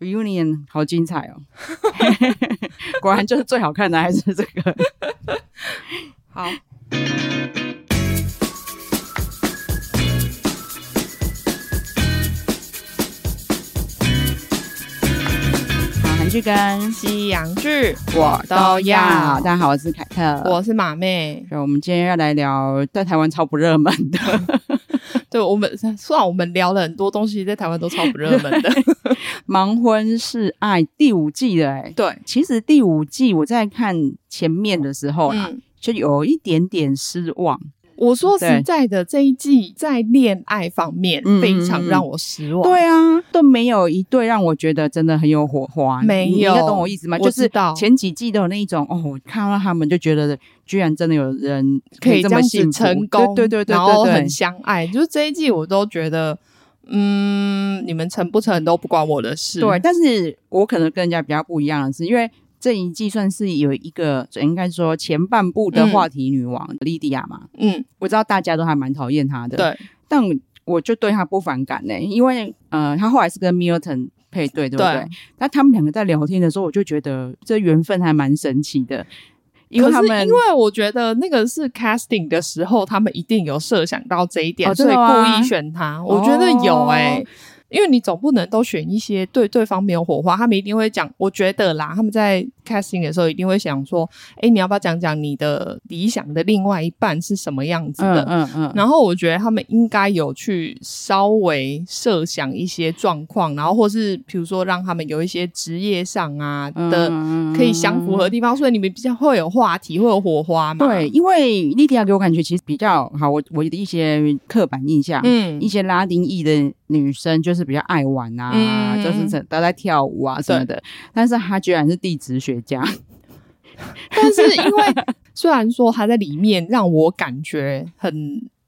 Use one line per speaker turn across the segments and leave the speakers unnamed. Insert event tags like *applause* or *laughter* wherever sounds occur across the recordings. reunion 好精彩哦！ *laughs* 果然就是最好看的还是这个。
好，
好，韩剧跟
西洋剧
我
都
大
要
家好，我是凯特。
我是马妹， *laughs*
对我们今天要来聊在台湾超不热门 *laughs* 的，
对我们虽然我们聊了很多东西，在台湾都超不热门
*laughs*
的，
《盲婚是爱》第五季的哎、
对，
其实第五季我在看前面的时候啦，啊
嗯。
就有一点点失望。
我说
对
实在的，这一季在恋爱方面
嗯
非常让我失望。
对啊，都没有一对让我觉得真的很有火花。
没
你你
有
应该懂我意思吗？
我
就是
知道
前几季都有那一种哦，我看到他们就觉得，居然真的有人
可以
这
这
么
样
幸
子
福
成功，
对对对对
然后
对对
很相爱。就是这一季，我都觉得，嗯，你们成不成都不关我的事。
对。但是我可能跟人家比较不一样的是，因为这一季算是有一个，应该说前半部的
嗯
话题女王莉迪亚嘛，
嗯，
我知道大家都还蛮讨厌她的，
对
但我就对她不反感呢、因为呃，她后来是跟 Milton 配对，对不对？那他们两个在聊天的时候，我就觉得这缘分还蛮神奇的，因为
可
他
是
们
因为我觉得那个是 casting 的时候，他们一定有设想到这一点，
哦真
所以
的吗
故意选他。我觉得有哎、
哦
因为你总不能都选一些对对方没有火花，他们一定会讲。我觉得啦，他们在 casting 的时候一定会想说，哎、你要不要讲讲你的理想的另外一半是什么样子
嗯
的？
嗯嗯，
然后我觉得他们应该有去稍微设想一些状况，然后或是比如说让他们有一些职业上啊的、
嗯嗯
可以相符合的地方，所以你们比较会有话题，会有火花嘛。
对，，因为莉迪亚给我感觉其实比较好，我我的一些刻板印象，
嗯
一，些拉丁裔的女生就是比较爱玩啊，
嗯
就是整都在跳舞啊什么的，但是她居然是地质学家，
但是因为 *laughs* 虽然说他在里面让我感觉很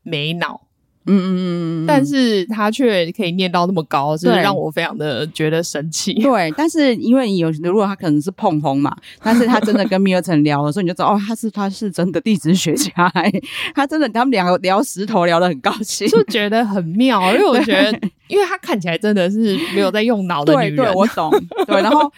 没脑，
嗯嗯嗯嗯嗯，
但是他却可以念到那么高，就是
对
让我非常的觉得神奇。
对，但是因为你有，如果他可能是碰红嘛，但是他真的跟米尔城聊的时候，你就知道哦，他是他是真的地质学家、欸，他真的他们两个聊石头聊得很高 *laughs* 兴。
就觉得很
*laughs*
妙，因为我觉得，因为他看起来真的是没有在用脑的
对
女人
对，，我懂。对，然后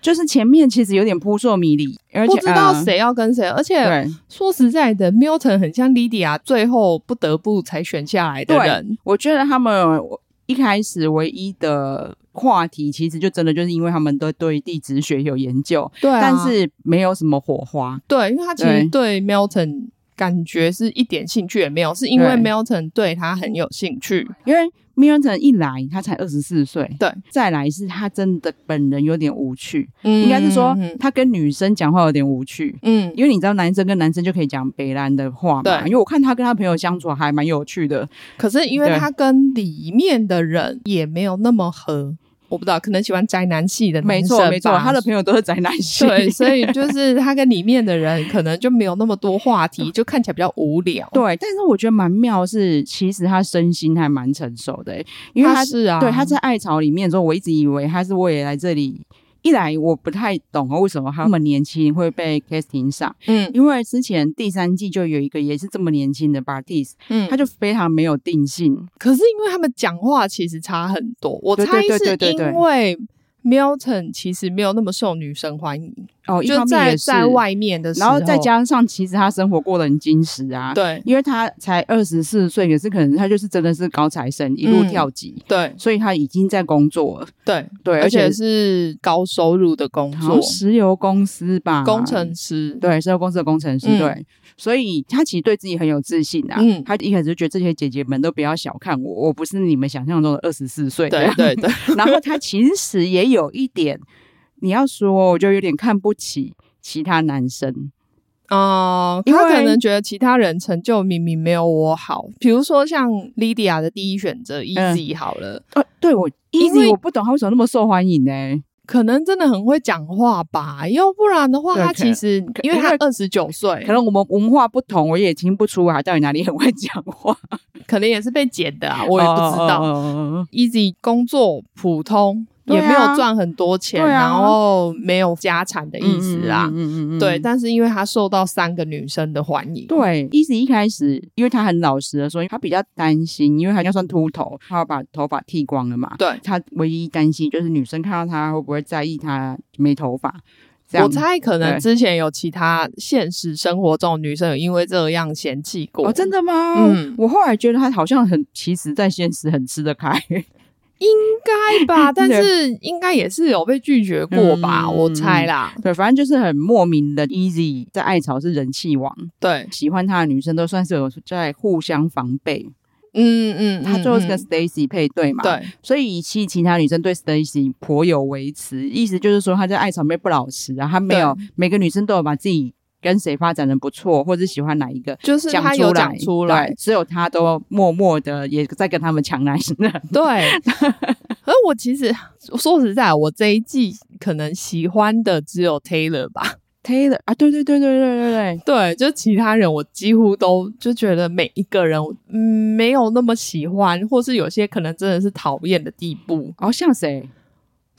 就是前面其实有点扑朔迷离，而且
不知道、
呃
谁要跟谁。而且
对，
说实在的，Milton 很像 Lydia 最后不得不才选下来的
对
人。
我觉得他们一开始唯一的话题，其实就真的就是因为他们都对地质学有研究，
对啊
但是没有什么火花。
对，因为他其实对 Milton 感觉是一点兴趣也没有，是因为
对
Milton 对他很有兴趣。
因为 m i l t o n 一来，他才二十四岁，
对，
再来是他真的本人有点无趣，
嗯
应该是说
嗯
他跟女生讲话有点无趣。
嗯，
因为你知道男生跟男生就可以讲北兰的话嘛，
对
因为我看他跟他朋友相处还蛮有趣的，
可是因为他跟里面的人也没有那么合，我不知道，可能喜欢宅男系的男
没
生
错没错，
吧
他的。朋友都是宅男系，
*laughs* 对，所以就是他跟里面的人可能就没有那么多话
*laughs*
题，就看起来比较无聊。
*laughs* 对，但是我觉得蛮妙的是，其实他身心还蛮成熟的欸、因为他
是啊，
对他在爱巢里面的时候，我一直以为他是为了来这里。一来我不太懂啊为什么他们年轻会被 casting 上，
嗯
因为之前第三季就有一个也是这么年轻的 Bartis，
嗯，
他就非常没有定性。
可是因为他们讲话其实差很多，我
对
猜
对对
是
对对
因为 Milton 其实没有那么受女生欢迎，
哦，一
就
方面
在
也是
在，外面的时
然
候，
后再加上其实他生活过得很矜持啊，，
对
因为他才二十四岁，也是可能他就是真的是高材生，一路
嗯
跳级，
对
所以他已经在工作了，
对，
对，
而
而
且是高收入的工
好像
作，
石油公司吧，
工程师，
对，石油公司的工程师，
嗯
对，所以他其实对自己很有自信啊。
嗯
他一开始就觉得这些姐姐们都不要小看我，我不是你们想象中的二十四岁。
对对
*laughs*
对，
然后他其实也有一点，你要说，我就有点看不起其他男生。
哦、
因为
他可能觉得其他人成就明明没有我好，比如说像
嗯
Lydia 的第一选择 Easy 好了，
呃，对我，
因
Easy，
为
我不懂他为什么那么受欢迎呢、
可能真的很会讲话吧，要不然的话，
对
他
可能
其实因为
因
他
为
二十九岁
可，能我们文化不同，我也听不出来到底哪里很会讲话，哦
可能也是被剪的啊，我也不知道。
道。
Easy 工作普通，
对
也
啊
没有赚很多钱，
对啊
然后没有家产的意思啦。
嗯嗯
对，但是因为他受到三个女生的欢迎，
对，一直一开始，因为他很老实的说，他比较担心，因为他就算秃头，他要把头发剃光了嘛。
对，
他唯一担心就是女生看到他会不会在意他没头发，这样
我猜可能
对
之前有其他现实生活中的女生有因为这样嫌弃过，
哦，真的吗？
嗯
我后来觉得他好像很，其实在现实很吃得开， *laughs*
应该吧？但是应该也是有被拒绝过吧？
嗯
我猜啦，
对，反正就是很莫名的 easy，在爱巢是人气王，
对，
喜欢他的女生都算是有在互相防备。
嗯嗯，
他
嗯
最后是跟
嗯
Stacy 配对嘛，，
对
所以其实其他女生对 Stacy 颇有微词，意思就是说他在爱场面不老实啊，他没有每个女生都有把自己跟谁发展的不错，或者喜欢哪一个。
就是
讲
他
出
有
来，
讲出来
对，，只有他都默默的也在跟他们抢男生的，
对。可是我其实说实在，我这一季可能喜欢的只有 Taylor 吧。
Taylor 啊，对对对对对对对，
对，就其他人我几乎都就觉得每一个人嗯没有那么喜欢，或是有些可能真的是讨厌的地步。
哦，像谁？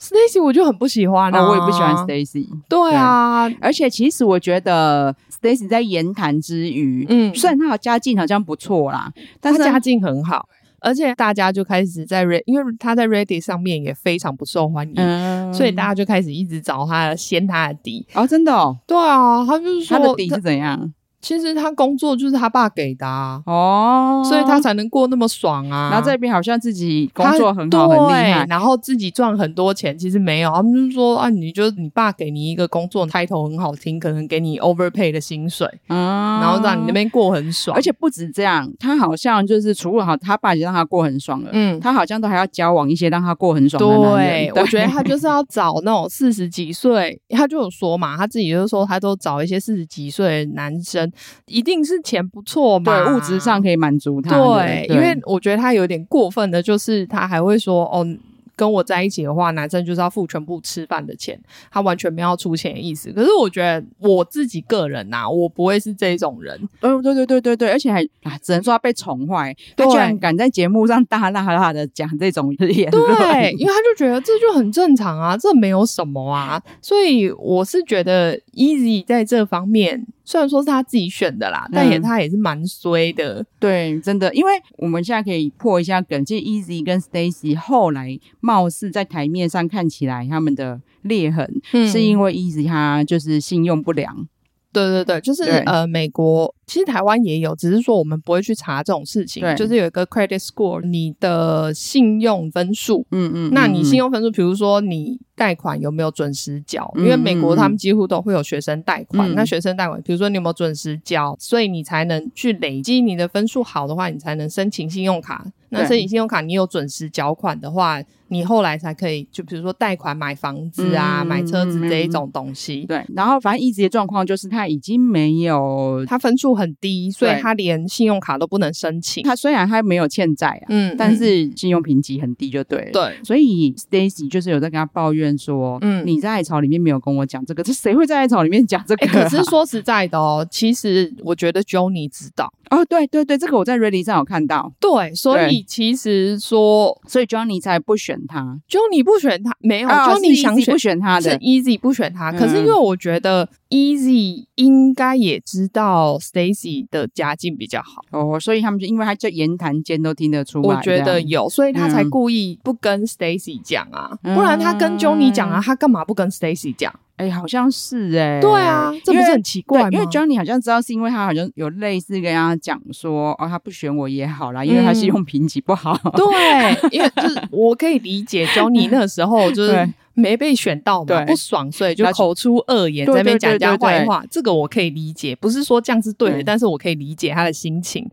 Stacy 我就很不喜欢啊，
啊，我也不喜欢 Stacy。
对啊，
而且其实我觉得 Stacy 在言谈之余，
嗯
虽然他的家境好像不错啦，但
但
是
是家境很好，而且大家就开始在 Red，因为他在 Reddit 上面也非常不受欢迎。
嗯，
所以大家就开始一直找他掀他的底，
哦，真的哦，
对啊，他就是说
他的底是怎样？
其实他工作就是他爸给的、啊，
哦，
所以他才能过那么爽啊。
然后这边好像自己工
他
作很好，很厉害
对，然后自己赚很多钱，其实没有，他们就说啊，你就你爸给你一个工作 title 很好听，可能给你 overpay 的薪水，
嗯，
然后让你那。边过很爽，
而且不止这样，他好像就是除了好，他爸已经让他过很爽了，
嗯
他好像都还要交往一些让他过很爽的男人。
对，我 *laughs* 觉得他就是要找那种四十几岁，他就有说嘛，他自己就说他都找一些四十几岁的男生，一定是钱不错嘛，
对物质上可以满足他的。
对，因为我觉得他有点过分的，就是他还会说哦。跟我在一起的话，男生就是要付全部吃饭的钱，他完全没有要出钱的意思。可是我觉得我自己个人呐、我不会是这种人，
嗯，对对对对对，而且还啊，只能说他被宠坏，他
对
居然敢在节目上大大大的讲这种言论。
对，因为他就觉得这就很正常啊，这没有什么啊，所以我是觉得 Easy 在这方面，虽然说是他自己选的啦，但也
嗯
他也是蛮衰的，
对，真的，因为我们现在可以破一下梗，其实 Easy 跟 Stacy 后来貌似在台面上看起来他们的裂痕，
嗯
是因为 Easy 他就是信用不良，
对对对，就是
对
呃，美国其实台湾也有，只是说我们不会去查这种事情
对，
就是有一个 credit score，你的信用分数。
嗯嗯
那你信用分数，比如说你贷款有没有准时缴？
嗯
因为美国他们几乎都会有学生贷款，
嗯
那学生贷款，比如说你有没有准时缴，所以你才能去累积你的分数好的话，你才能申请信用卡。那
对
申请信用卡，你有准时缴款的话，你后来才可以，就比如说贷款买房子啊、
嗯
买车子
嗯
这一
嗯
种东西。
对，然后反正 Easy 的状况就是他已经没有
他分数很低，所以
对
他连信用卡都不能申请。
他虽然他没有欠债啊，
嗯
但是信用评级很低就对了。
嗯。
*laughs*
对
所以 Stacy 就是有在跟他抱怨说，
嗯
你在艾草里面没有跟我讲这个，这谁会在艾草里面讲这个
哎、
啊、
可是说实在的哦，其实我觉得 Johnny 知道，
哦，对对对，这个我在 Ready 上有看到，
对，所以其实说
所以 Johnny 才不选他，
Johnny 不选他，没有、
哦是
哎 Johnny 想
Easy
选
不选他
是
的，
Easy 不选他，
嗯
可是因为我觉得 Easy 应该也知道 Stacy 的家境比较好，
哦，所以他们就因为他就言谈间都听得出来，
我觉得
这样
有，所以他才
嗯
故意不跟 Stacy 讲啊，
嗯
不然他跟 Johnny 讲啊，他干嘛不跟 Stacy 讲？
哎、好像是哎、
对啊，这不
因
是
为
很奇
对
怪吗？，
因为 Johnny 好像知道是因为他好像有类似跟他讲说，哦，他不选我也好啦，因为他信用评级不好。
嗯
*laughs*
对，因为就是我可以理解 Johnny 那时候就是
对
没被选到嘛，
对
不爽，所以就
那就
口出恶言，在
对
那边讲人
对
家
对对
坏话，这个我可以理解，不是说这样是对的，
对
但是我可以理解他的心情。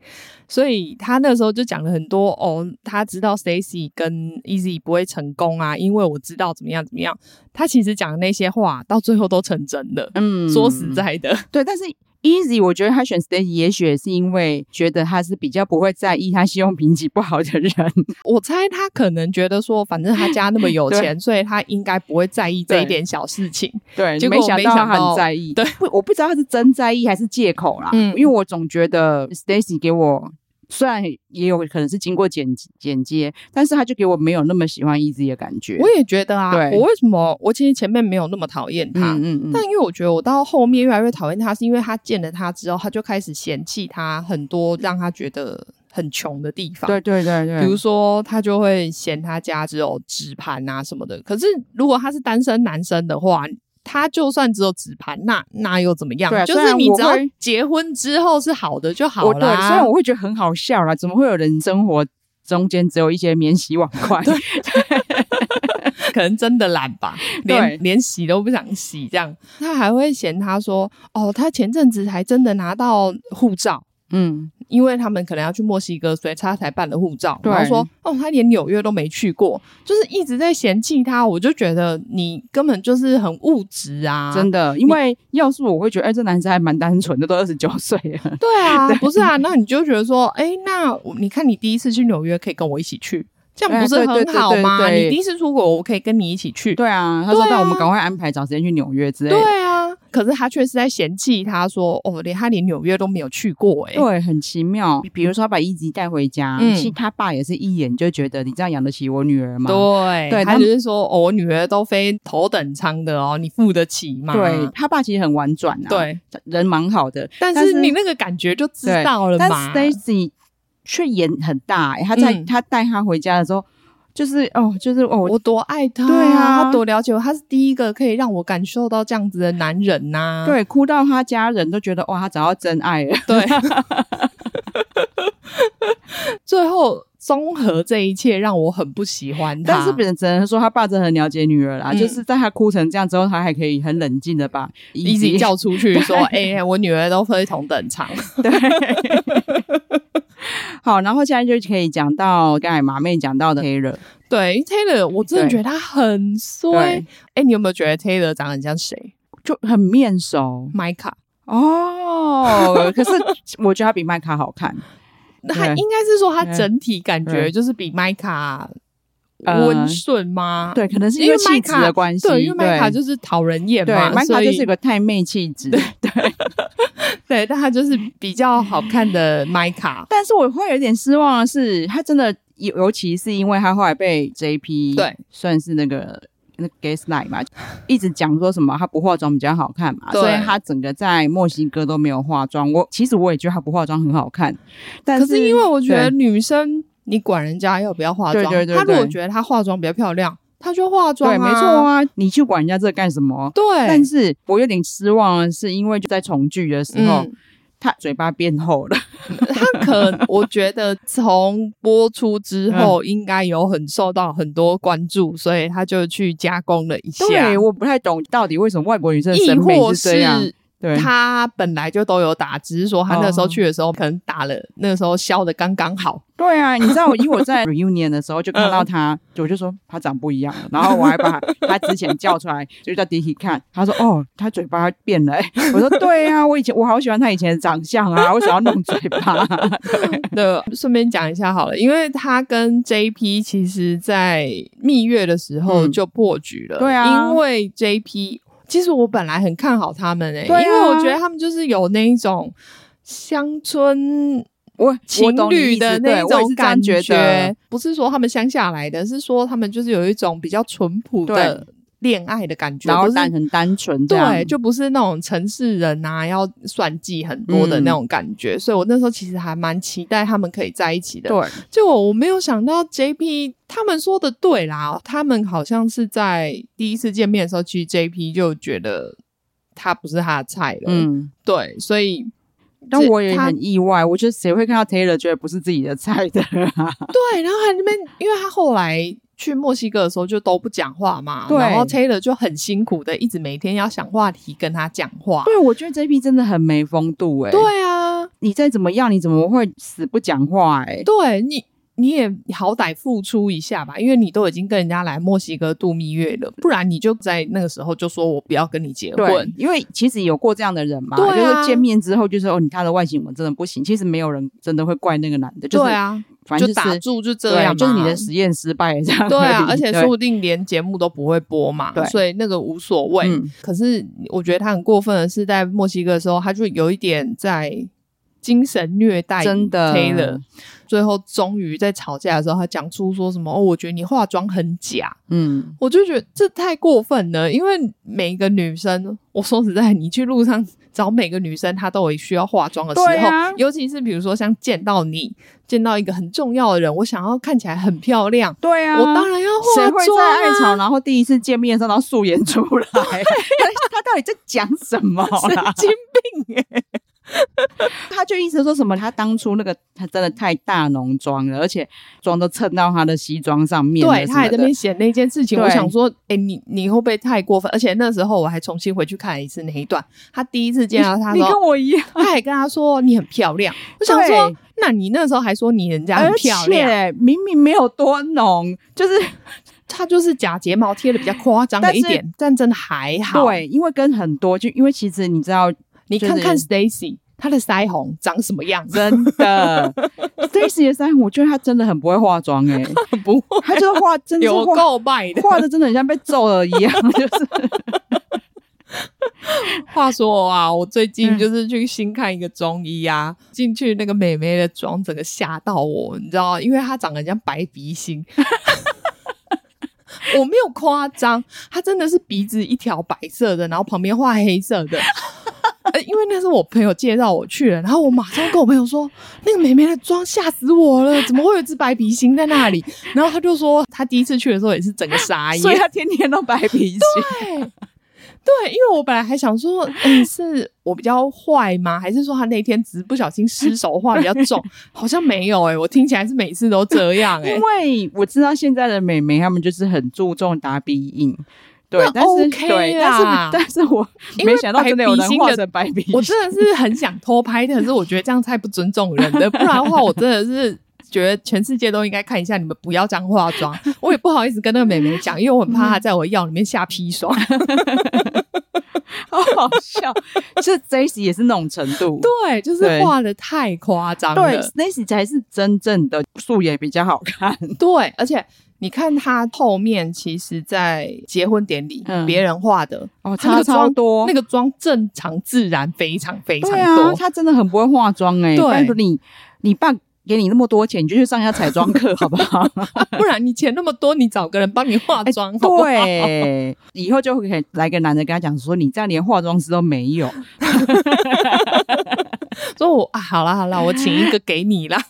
所以他那时候就讲了很多哦，他知道 Stacy 跟 Easy 不会成功啊，因为我知道怎么样怎么样。他其实讲的那些话，到最后都成真的。
嗯
说实，在的，
对，但是 Easy，我觉得他选 Stacy 也许也是因为觉得他是比较不会在意他信用评级不好
*laughs*
的人，
我猜他可能觉得说，反正他家那么
*laughs*
有钱，所以他应该不会在意这一点小事情。
对，
结果
没想
没想
他很
到
在意。
对
不，我不知道他是真在意还是借口啦。
嗯
因为我总觉得 Stacy 给我。虽然也有可能是经过剪剪接，但是他就给我没有那么喜欢 Easy 的感觉。
我也觉得啊，
对
我为什么我其实前面没有那么讨厌他，
嗯嗯嗯，
但因为我觉得我到后面越来越讨厌他，是因为他见了他之后，他就开始嫌弃他很多让他觉得很穷的地方。
对对对对，
比如说，他就会嫌他家只有直盘啊什么的。可是，如果他是单身男生的话，他就算只有直盘，那那又怎么样？
对啊
就
虽
是
然
你
我
只要
会
结婚之后是好的就好
我对，
啦。
虽然我会觉得很好笑啦，怎么会有人生活中间只有一些免洗碗筷？
可能真的懒吧，
对
连连洗都不想洗这样。他还会嫌他说：“哦，他前阵子才真的拿到护照。”
嗯，
因为他们可能要去墨西哥，所以他才办了护照。
对
然后说，哦，他连纽约都没去过，就是一直在嫌弃他。我就觉得你根本就是很物质啊，
真的，因为要是我会觉得，哎、这男生还蛮单纯的，都二十九岁了。 *laughs*
对啊，不是啊？那你就觉得说，哎，那我你看你第一次去纽约可以跟我一起去，这样不是
哎对对
很好吗？
对对对
你第一次出国，我可以跟你一起去。
对啊，他说
对啊
那我们赶快安排找时间去纽约之类的。
对啊，可是他却是在嫌弃他说，哦，连他连纽约都没有去过、哎，
对，很奇妙。比如说，他把一级带回家，
嗯
其实他爸也是一眼就觉得你这样养得起我女儿吗？
对
对
他
他们
就是说，哦，我女儿都飞头等舱的哦，你付得起吗？
对他爸其实很婉转啊，，
对，
人蛮好的，
但
但
是
是
你那个感觉就知
对
道了
但
嘛。
Stacy 却演很大、欸，他在、
嗯
他带他回家的时候，就是哦，就是哦，
我多爱他，
对啊
他多了解我，他是第一个可以让我感受到这样子的男人呐、
对，哭到他家人都觉得哇，他找到真爱了。
对， *laughs* 最后综合这一切，让我很不喜欢他。
但是别人只能说他爸真的很了解女儿啦，
嗯
就是在他哭成这样之后，他还可以很冷静的把
一直
Easy
叫出去说：“哎、我女儿都飞同等舱。
对。 *laughs* 好，然后现在就可以讲到刚才马妹讲到的 Taylor，”
对，Taylor，我真的
对
觉得他很衰。哎
对、
你有没有觉得 Taylor 长得很像谁
就很面熟
？Mika，
哦。可是我觉得他比麦卡好看，
他
对
应该是说他
对
整体感觉
对
就是比 Mika
呃
温顺吗？
对，可能是
因为
为气质
麦卡
的关系，
对，因为麦卡就是是讨人厌
对，
嘛，
麦卡
所以
就是有个太妹气质，
*laughs* 对，但他就是比较好看的麦卡。
但是我会有点失望的是，他真的尤尤其是因为他后来被 JP
对
算是那个那 gaslight 嘛，一直讲说什么他不化妆比较好看嘛，
对
所以他整个在墨西哥都没有化妆。我其实我也觉得他不化妆很好看， *laughs* 但
可是因为我觉得
对
女生，你管人家要不要化妆？
对对对
她如果
对
觉得她化妆比较漂亮，她就化妆、
对，没错。啊，你去管人家这干什么？
对，
但是我有点失望的是，因为就在重聚的时候，
嗯，
他嘴巴变厚了。
她可我觉得从播出之
嗯
后，应该有很受到很多关注，所以她就去加工了一下。
*laughs* 对，我不太懂到底为什么外国女生的
啊亦
审美
或
是这样。
是
对，
他本来就都有打，只是说他那时候
哦
去的时候可能打了，那时候削的刚刚好。
*laughs* 对啊，你知道我，因为我
*laughs*
在 reunion 的时候就看
嗯
到他，我就说他长不一样了，然后我还把他之前叫出来，就叫 Dicky 看，他说哦，他嘴巴变了、欸我说对啊，我以前我好喜欢他以前的长相啊，为什么要弄嘴巴？
对，顺便讲一下好了，因为他跟 JP 其实在蜜月的时候
嗯
就破局了，
对啊
因为 JP 其实我本来很看好他们诶、欸
对啊
因为我觉得他们就是有那一种乡村。
我我
*laughs* 情
懂你
侣
意思
的
对我也
那种
是这
感
样觉得，
不是说他们乡下来的，是说他们就是有一种比较淳朴的恋爱的感觉，
然
不
后
是
但很单纯这样，
对，就不是那种城市人啊，要算计很多的
嗯
那种感觉。所以我那时候其实还蛮期待他们可以在一起的。，
对
结果我没有想到 JP 他们说的对啦，他们好像是在第一次见面的时候，其实 JP 就觉得他不是他的菜了。，
嗯。
对，所以
但
这
我也
他
很意外，我觉得谁会看到 Taylor 觉得不是自己的菜的、啊？
对，然后还那边，因为他后来。去墨西哥的时候就都不讲话嘛，
对
然后 Taylor 就很辛苦的，一直每天要想话题跟他讲话。
对，我觉得这批真的很没风度哎、
对啊，欸
你再怎么样，你怎么会死不讲话哎、
对你，你也好歹付出一下吧，因为你都已经跟人家来墨西哥度蜜月了，不然你就在那个时候就说我不要跟你结
对
婚，，
因为其实有过这样的人嘛，
对啊
就是见面之后就说哦，你他的外形我真的不行。其实没有人真的会怪那个男的，就是
对，啊，
反正
就是打住就这
对
样嘛，
就是你的实验失败这样已。
对啊，而且
对
说不定连节目都不会播嘛
对，
所以那个无所谓。
嗯
可是我觉得他很过分的是，在墨西哥的时候，他就有一点在精神虐待
真的
Taylor。最后终于在吵架的时候，他讲出说什么：“哦，我觉得你化妆很假。
嗯”，
我就觉得这太过分了，因为每一个女生，我说实在，你去路上找每个女生，她都有需要化妆的时
对
候，
啊
尤其是比如说像见到你，见到一个很重要的人，我想要看起来很漂亮。
对啊，
我当然要
谁
化
会
妆、
在爱
啊。
巢，然后第一次见面的时候，然后素颜出来？ *laughs* 他他到底在讲什么啦？
神经
*laughs* 他就一直说什么，他当初那个他真的太大浓妆了，而且妆都蹭到他的西装上面了
对，他还
什么
在
的
那边写那件事情，
对
我想说，哎、你你会不会太过分？而且那时候我还重新回去看了一次那一段，他第一次见到他
你
说，
跟我一样，
他还跟他说你很
*laughs*
漂亮。我想说
对，
那你那时候还说你人家很
而
漂亮，
且明明没有多浓，就是
他就是假睫毛贴的比较夸张的一
但是
点，但真的还好。，
对，因为跟很多，就因为其实你知道，
你
就是
看看 Stacy，她的腮红长什么样子？
真 *laughs* 的，Stacy 的三，我觉得她真的很不会化妆 *laughs* 哎、
不会，
她就是化，真的是
有
化
够卖的。
画的真的很像被揍了一 *laughs* 样，就是
*laughs* 话说啊，我最近
嗯
就是去新看一个中医啊，进去那个美眉的妆，整个吓到我，你知道吗因为她长得像白鼻心。 *laughs* 我没有夸张，她真的是鼻子一条白色的，然后旁边画黑色的。 *laughs* 呃因为那是我朋友介绍我去的，然后我马上跟我朋友说，那个美眉的妆吓死我了，怎么会有一只白鼻心在那里？然后他就说，他第一次去的时候也是整个傻眼，
所以她天天都白脾气。
对， *laughs* 对，因为我本来还想说，嗯，是我比较坏吗？还是说他那天只是不小心失手画比较重？好像没有诶、我听起来是每次都这
*laughs*
样诶、
因为我知道现在的美眉她们就是很注重打鼻印，对
那，
但是、
OK
对，
啦
但是但是我
因为
没想到真的有
白鼻
人
心的
画成啊白鼻
我
心，
真的是很想偷拍，但是我觉得这样太不尊重人了。不然的话，我真的是觉得全世界都应该看一下，你们不要这样化妆。我也不好意思跟那个美眉讲，因为我很
嗯
怕她在我药里面下砒霜。 *laughs*
好好笑。这 Stacy 也是那种程度，
对，就是
*laughs* 对
画的太夸张了。
对，Stacy 才是真正的素颜比较好看。
对，而且你看他后面，其实，在结婚典礼，
嗯
别人画的
*laughs* 哦
他那个
差
妆
超多
那个妆正常自然非常非常
对啊，
多。
她真的很不会化妆哎、
对
拜托你你爸给你那么多钱，你就去上一下彩妆课好不好？
不然你钱那么多，你找个人帮你 *laughs* 化
哎
妆，好不好？
对，以后就可以来个男的跟他讲说，你这样连化妆师都没
*laughs*
有。
所以我啊，好啦好啦，我请一个给你啦。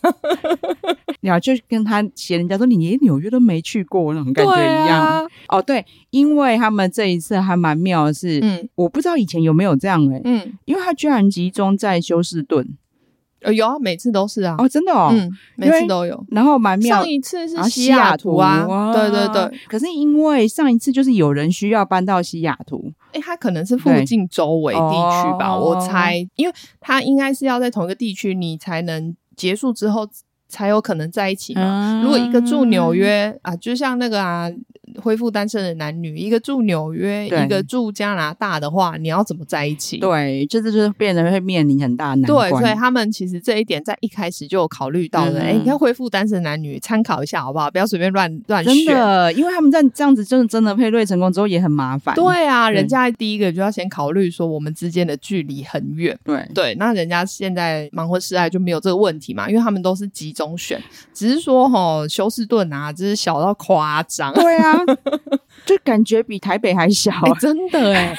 然后就跟他嫌人家说你连纽约都没去过那种 *laughs* 感觉一样。
啊，
哦，对，因为他们这一次还蛮妙的是，
嗯
我不知道以前有没有这样哎、
嗯，
因为他居然集中在休斯顿
呃有啊，每次都是啊，
哦，真的哦，
嗯，每
因为
次都有。
然后蛮妙
上。一次是
啊
西雅图啊，
哇
对对对，
可是因为上一次就是有人需要搬到西雅图，
哎，它可能是附
对
近周围地区吧，
哦
我猜，因为它应该是要在同一个地区，你才能结束之后才有可能在一起嘛。
嗯
嗯如果一个住纽，约啊，就像那个啊，恢复单身的男女，一个住纽约，
对
一个住加拿大的话，你要怎么在一起？
对，这就是变得会面临很大的难
对，
关。
所以他们其实这一点在一开始就有考虑到了。
嗯
哎、你看恢复单身男女参考一下好不好？不要随便乱乱
真
选。
的，因为他们在这样子，真的真的配对成功之后也很麻烦。
对啊，
对
人家第一个就要先考虑说我们之间的距离很远。
对，
对，那人家现在盲婚试爱就没有这个问题嘛，因为他们都是集中选，只是说吼休斯顿啊，就是小到夸张。
对
*laughs*
啊，就感觉比台北还小、啊
哎真
*laughs*
的哎、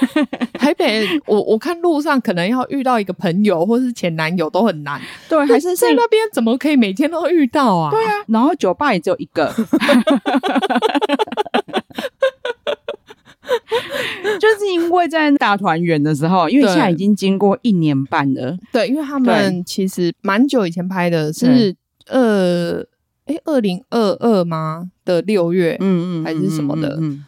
台北，我我看路上可能要遇到一个朋友或是前男友都很难，
*laughs* 对，还是
在
是
那边怎么可以每天都遇到啊？
对啊，然后酒吧也只有一
*laughs*
个， *laughs* 就是因为在大团圆的时候，因为
对
现在已经经过一年半了，
对，因为他们其实蛮久以前拍的是二哎二零二二吗的六月、
嗯
还是什么的
嗯嗯嗯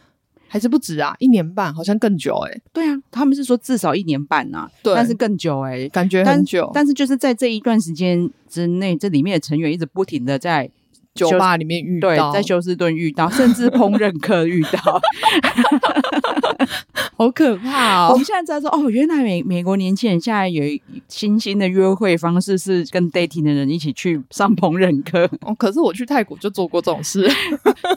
还是不止啊，一年半好像更久哎、
对啊，他们是说至少一年半啊，
对
但是更久哎、欸，
感觉
但
很久。
但是就是在这一段时间之内，这里面的成员一直不停的在
酒吧里面遇
对
到，，
在休斯顿遇到，甚至烹饪课遇 *laughs* 到。 *laughs*
好可怕
我
哦
们！现在知道说，哦，原来美美国年轻人现在有一新兴的约会方式是跟 dating 的人一起去上烹饪课。 *laughs*
哦，可是我去泰国就做过这种事，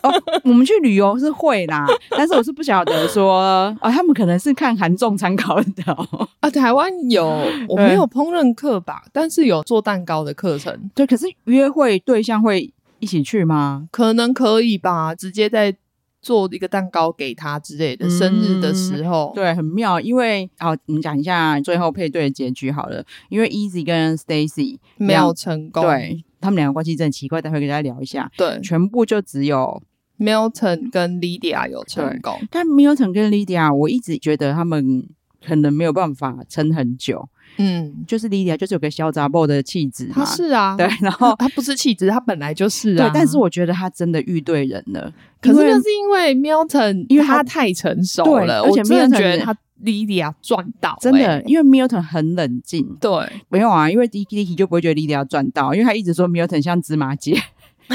哦，我们去旅游是会啦，但是我是不晓得说，哦，他们可能是看韩综参考的、哦。
啊，台湾有，我
对
没有烹饪课吧，但是有做蛋糕的课程，
对，可是约会对象会一起去吗？
可能可以吧，直接在做一个蛋糕给他之类的，
嗯
生日的时候，
对，很妙，因为好，我们讲一下最后配对的结局好了。因为 Easy 跟 Stacy
没有成功，
对他们两个关系真的很奇怪，待会给大家聊一下。
对
全部就只有，
，Milton 跟 Lydia 有成功，
但 Milton 跟 Lydia，我一直觉得他们可能没有办法撑很久。
嗯，
就是 Lydia 就是有个小杂货的气质
他
嘛，
是啊，
对，然后
他他不是气质，他本来 *laughs* 就是啊，
对，但是我觉得他真的遇对人了。
可是
因为
那是因为 Milton，
因为他
他太成熟
对
了，
而且
我真
Milton
的觉得他 Lydia 赚到、
真的
欸，
因为 Milton 很冷静，
对，
没有啊，因为 Dicky Dicky 就不会觉得 Lydia 赚到，因为他一直说 Milton 像芝麻街， *laughs*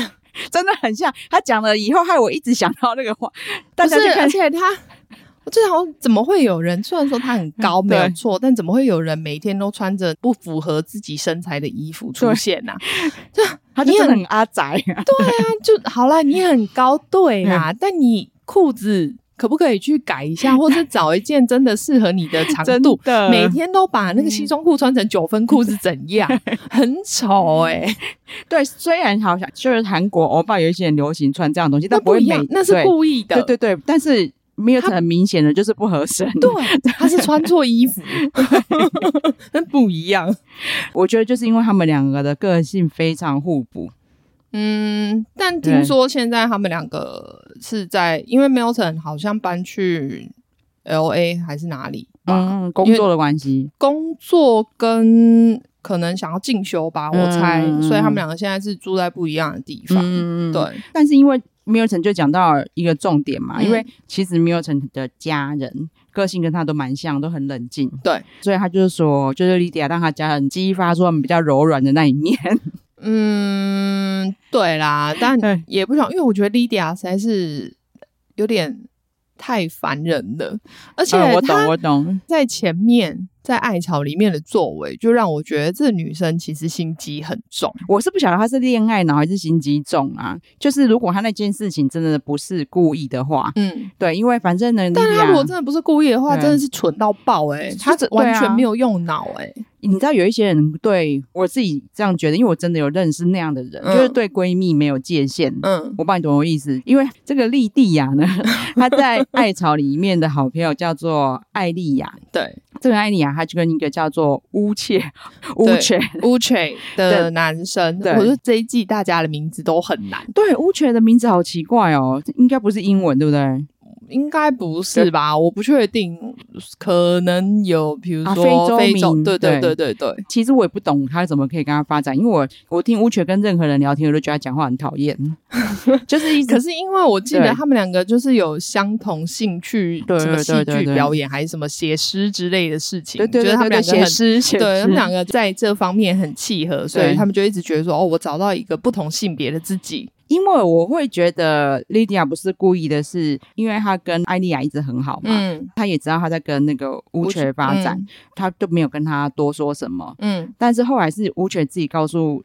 真的很像。他讲了以后，害我一直想到那个话，大
但
家
是
去看
而且他。我最好像怎么会有人？虽然说他很高
嗯
没有
对
错，但怎么会有人每天都穿着不符合自己身材的衣服出现呢、啊？ *laughs*
他就
你
真
很
的很阿宅啊，
那就好啦，你很高
嗯
对啦，但你裤子可不可以去改一下，或者找一件真的适合你的长
真
度？
的嗯
每天都把那个西装裤穿成九分裤是怎样？ *laughs* 很丑
嗯
哎、
对，虽然好像就是韩国欧巴有一些人流行穿这样的东西，
那
但不
不
会
一
每
样，那是
对
故意的。
对对对，但是 Milton
他
很明显的就是不合身。
对，啊他是穿错衣
*laughs*
服， *laughs* 那不一样。
我觉得就是因为他们两个的个性非常互补，
嗯，但
对
听说现在他们两个是在，因为 Milton 好像搬去 L A 还是哪里吧，
嗯，工作的关系，
工作跟可能想要进修吧，我猜，
嗯
所以他们两个现在是住在不一样的地方。
嗯，
对，
但是因为 Milton 就讲到一个重点嘛，
嗯
因为其实 Milton 的家人个性跟他都蛮像，都很冷静。
对，
所以他就是说，就是 Lydia 让他家人激发出他们比较柔软的那一面。
嗯，对啦，但
对
也不想，因为我觉得 Lydia 实在是有点太烦人了，而且
*laughs* 嗯我
她
懂，我懂。
在前面在艾草里面的作为，就让我觉得这女生其实心机很重。
我是不晓得他是恋爱脑还是心机重啊。就是如果他那件事情真的不是故意的话，
嗯，
对，因为反正呢，
但她如果
Lydia
真的不是故意的话，
对
真的是蠢到爆哎、欸，她
啊嗯就是
完
对
全
啊
没有用脑哎、欸。
你知道有一些人对我自己这样觉得，因为我真的有认识那样的人，
嗯
就是对闺蜜没有界限。
嗯
我不知道你懂我意思，因为这个莉蒂亚呢， *laughs* 她在艾草里面的好朋友叫做艾丽亚， *laughs*
对
这个艾丽亚她就跟一个叫做乌切乌切。
u c h
对
的男生，
对
我说这一季大家的名字都很难，
对，乌雀的名字好奇怪哦，应该不是英文，对不对？
应该不是吧？我不确定，可能有比如
啊
说
非洲
非洲，
名
对对
对
对对对，
其实我也不懂他怎么可以跟他发展，因为我我听乌雀跟任何人聊天，我都觉得他讲话很讨
*laughs*
厌，就是一直
可是因为我记
对
得他们两个就是有相同兴趣，
对
什么
对
戏
对对
剧
对
表演还是什么写诗之类的事情，
对对
觉
对
得他
对对，
们两个
写
很。
诗写诗，
对他们两个在这方面很契合，所
对
以他们就一直觉得说，哦，我找到一个不同性别的自己。
因为我会觉得 Lydia 不是故意的是，因为她跟艾丽亚一直很好嘛，
嗯，
她也知道她在跟那个乌雀发展，她就没有跟她多说什么。
嗯。嗯，
但是后来是乌雀自己告诉，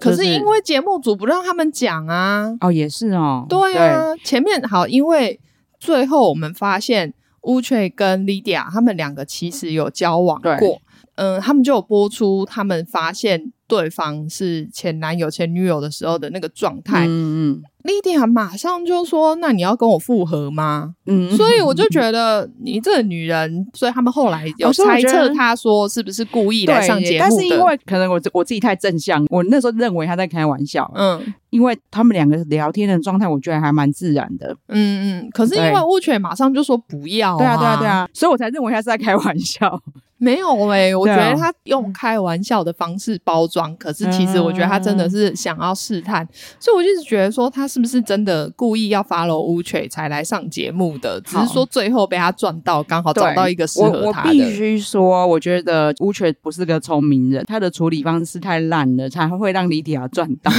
可
就是
是因为节目组不让他们讲啊，
哦，也是哦，
对啊，前面好，因为最后我们发现乌雀跟 Lydia 他们两个其实有交往
对
过，嗯，他们就有播出他们发现对方是前男友、前女友的时候的那个状
对，
态。
嗯
Lydia 马上就说：“那你要跟我复合吗？”
*laughs* 嗯嗯，
所以我就觉得你这个女人，所以他们后来有
哦所以我
猜
觉得
测她说是不是故意来上节目
但是因
的
为可能我我自己太正向，我那时候认为他在开玩笑，
嗯。
因为他们两个聊天的状态，我觉得还蛮自然的。
嗯嗯，可是因
对
为乌雀马上就说不要、
啊 *laughs*
哦
对啊，对啊，对，啊，所以我才认为他是在开玩笑。
没有哎、我
对
觉
啊嗯
得他用开玩笑的方式包装，可是其实我觉得他真的是想要试探，所以我就是觉得说他是不是真的故意要 follow 乌犬才来上节目的，只是
好
说最后被他赚到，刚好找
对
到一个适
我
合
我
他的
必。须说，我觉得乌雀不是个聪明人，他的处理方式太烂了，才会让李迪亚赚
*laughs*
到。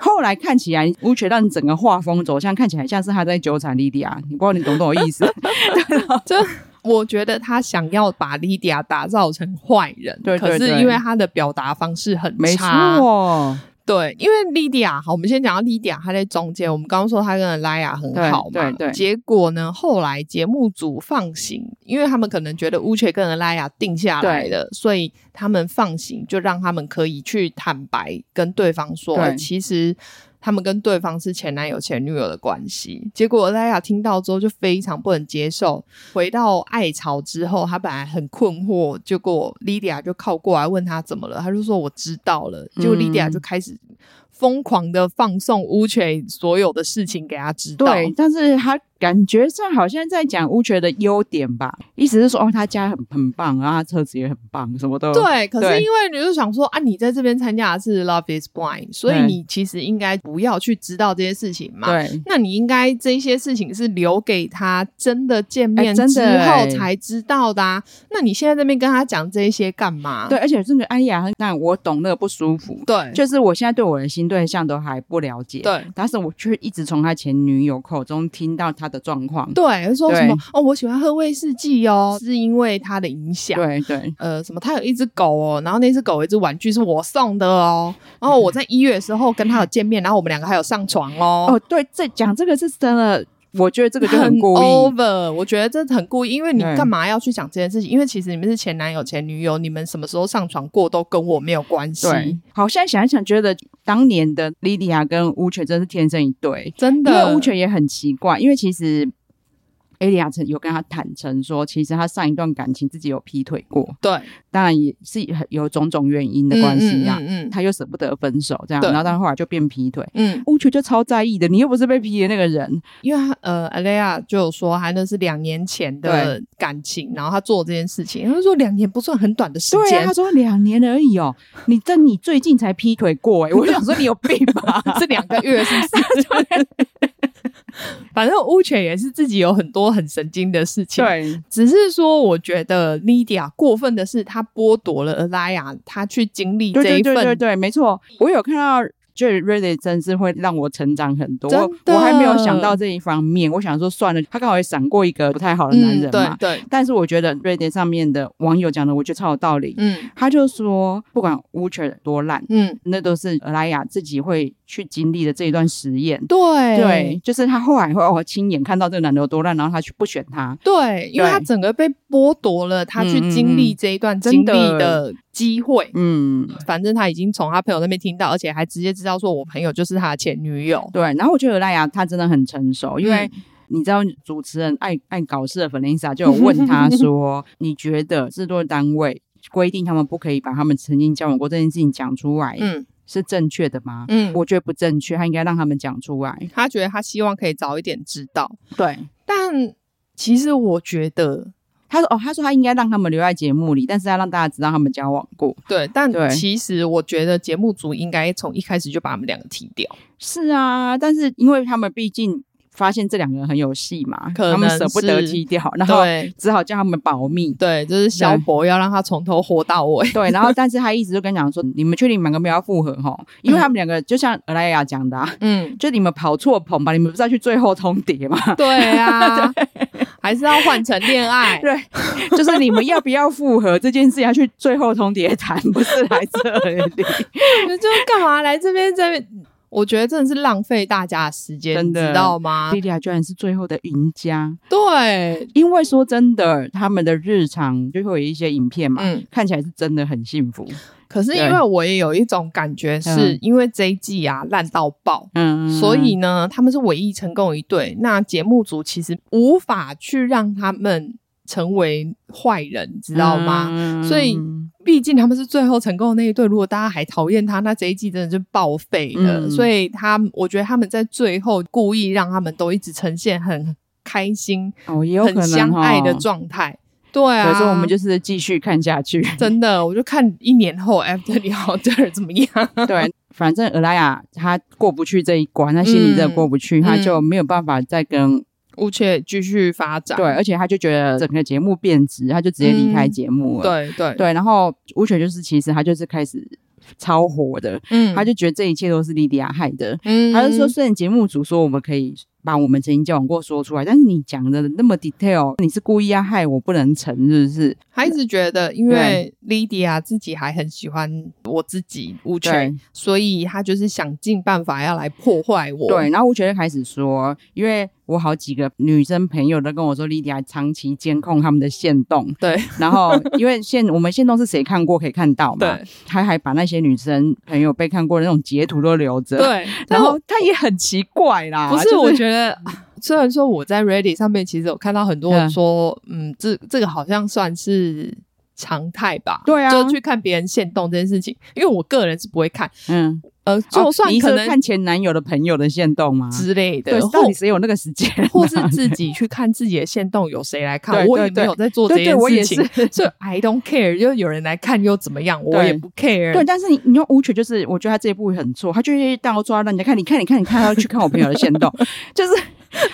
后来看起来，乌雀让整个画风走向看起来像是他在纠缠莉迪亚，你不知道你懂不懂我意思？
*laughs* 我觉得他想要把莉迪亚打造成坏人，
对对
可
对
是因为他的表达方式很
没
差，
错，
对，因为莉迪亚，好，我们先讲到莉迪亚，她在中间，我们刚刚说她跟莱雅很好嘛，
对对对
结果呢，后来节目组放行，因为他们可能觉得乌雀跟莱雅定下来的，所以他们放行，就让他们可以去坦白跟对方说，
对
哎其实。他们跟对方是前男友、前女友的关系，结果莱雅听到之后就非常不能接受。回到爱巢之后，她本来很困惑，结果莉迪亚就靠过来问她怎么了，她就说我知道了。结果莉迪亚就
嗯
开始疯狂的放送乌犬所有的事情给他知道。
对，但是他感觉上好像在讲乌雀的优点吧，意思是说哦，他家很很棒，然后他车子也很棒，什么都
对，可是
对
因为你就想说啊，你在这边参加的是 Love Is Blind，所以
对
你其实应该不要去知道这些事情嘛。
对
那你应该这些事情是留给他真的见面
哎
之
真的
后
哎
才知道的、啊。那你现在这边跟他讲这些干嘛？
对，而且这个哎呀，那我懂那个不舒服，
对
就是我现在对我的新对象都还不了解，
嗯对
但是我却一直从他前女友口中听到他的状况。
对，说什么
对
哦，我喜欢喝威士忌哦，是因为他的影响。
对对，
呃，什么？他有一只狗哦，然后那只狗有一只玩具是我送的哦，然后我在一月的时候跟他有见面，然后我们两个还有上床哦。
哦，对，这讲这个是真的，我觉得这个就
很
故意。
over，我觉得这很故意，因为你
对
干嘛要去讲这件事情？因为其实你们是前男友、前女友，你们什么时候上床过都跟我没有关系，
对，好，现在想一想，觉得当年的莉迪亚跟乌犬真是天生一对，
真
因
的。
为乌犬也很奇怪，因为其实。艾莉亚曾有跟他坦诚说，其实他上一段感情自己有劈腿过，
对
当然也是有种种原因的关系啊，
嗯嗯
他又舍不得分手这样，
对
然后但后来就变劈腿，
嗯嗯，
乌球就超在意的，你又不是被批的那个人，
因为他呃，艾雷亚就有说，他那是两年前的感情，然后他做这件事情，他就说两年不算很短的时
对啊，
间
他，说两年而已哦，你但你最近才劈腿过哎，我就想说你有病吧，
*laughs* 是两个月，是不是？反正乌犬也是自己有很多很神经的事情，
*laughs* 对
只是说，我觉得 Lydia 过分的是，她剥夺了 Alaya 她去经历
对
这
对
一
对
份。
对对，没错，我有看到。就 really 真是会让我成长很多，我
真的
我还没有想到这一方面。我想说算了，他刚好也闪过一个不太好的男
嗯，
人
对
嘛。
对，
但是我觉得 r e d 上面的网友讲的，我觉得超有道理。
嗯
他就说，不管 w u c h e r 多烂，
嗯，
那都是莱雅自己会去经历的这一段实验。
对
对，就是他后来会哦，亲眼看到这个男的有多烂，然后他去不选他。
对，因为
对
她整个被剥夺了她去
嗯嗯
经历
嗯
这一段
真
经历
的
的机会。
嗯，
反正她已经从她朋友那边听到，而且还直接知道说我朋友就是她的前女友。
对。然后我觉得赖雅她真的很成熟，因为。
嗯
你知道主持人爱爱搞事的粉 i s a 就有问他
*laughs*
说：“你觉得制作单位规定他们不可以把他们曾经交往过这件事情讲出来，
嗯
是正确的吗？”
嗯，
我觉得不正确，他应该让他们讲出来。
她觉得她希望可以早一点知道，
对，
但其实我觉得
他说：“哦，他说他应该让他们留在节目里，但是要让大家知道他们交往过。
对，但
对
其实我觉得节目组应该从一开始就把他们两个踢掉。”
是啊，但是因为他们毕竟发现这两个人很有戏嘛，
可能
他们舍不得
是
踢掉，然后
对
只好叫他们保密。
对，就是萧伯要让他从头活到尾。
*laughs* 对，然后但是他一直就跟讲说，你们确定你们跟不要复合哈？因为他们两个就像俄莱雅讲的、啊，
嗯，
就你们跑错棚吧，你们不是要去最后通牒吗？ *laughs*
对啊，还是要换成恋爱。
对，就是你们要不要复合这件事要去最后通牒谈，不是来这里。
你就干嘛来这边这边？我觉得真的是浪费大家的时间，
真
你
的
知道吗
莉？莉亚居然是最后的赢家，
对，
因为说真的，他们的日常就会有一些影片嘛，
嗯
看起来是真的很幸福。
可是因为我也有一种感觉，是
嗯
因为这一季啊烂到爆。
嗯，
所以呢，他们是唯一成功一对。那节目组其实无法去让他们成为坏人，知道吗？
嗯
所以毕竟他们是最后成功的那一对，如果大家还讨厌他，那这一季真的就报废了。
嗯
所以他，我觉得他们在最后故意让他们都一直呈现很开心、
哦，也有可
很
能
相爱的
哦
状态，对
所
啊，
以说我们就是继续看下去。
真的，我就看一年后 after 你好这儿怎
*laughs*
么样。 *laughs*
对，反正尔莱雅她过不去这一关，她心里真的过不去，
嗯
她就没有办法再跟
乌切继续发展，
对，而且她就觉得整个节目变质，她就直接离开节目了。
嗯对对，
对，然后吴雪就是其实她就是开始超火的，
嗯
她就觉得这一切都是莉迪亚害的。
嗯
她就说，虽然节目组说我们可以把我们曾经交往过说出来，但是你讲的那么 detail，你是故意要害我不能成，是不是？
他一直觉得，因为 Lydia 自己还很喜欢我自己乌
对
切，所以他就是想尽办法要来破坏我。
对，，然后吴觉就开始说，因为我好几个女生朋友都跟我说，莉迪亚长期监控他们的线动，
对，
然
*laughs*
后因为线我们线动是谁看过可以看到嘛
对，
他还把那些女生朋友被看过的那种截图都留着，， *laughs*
对，
然
然后
后他也很奇怪啦，
不，
啊就是
我觉得。虽然说我在 Ready 上面其实有看到很多人说，嗯，这这个好像算是常态吧，
对啊
就去看别人现动这件事情，因为我个人是不会看，
嗯，
呃，就算
哦你是
可能
看前男友的朋友的线动吗？
之类的，
对，
或
到底谁有那个时间啊？
或是自己去看自己的线动有谁来看，
对
我
对
也没有在做这
对对，
件
我也
事
是
情，。所以 I don't care，就有人来看又怎么样，我
对
也不 care。
对，但是你你用舞曲，就是我觉得他这一步很错，他就是到抓让人家看，你看，你看，你看，他要去看我朋友的行动， *laughs* 就是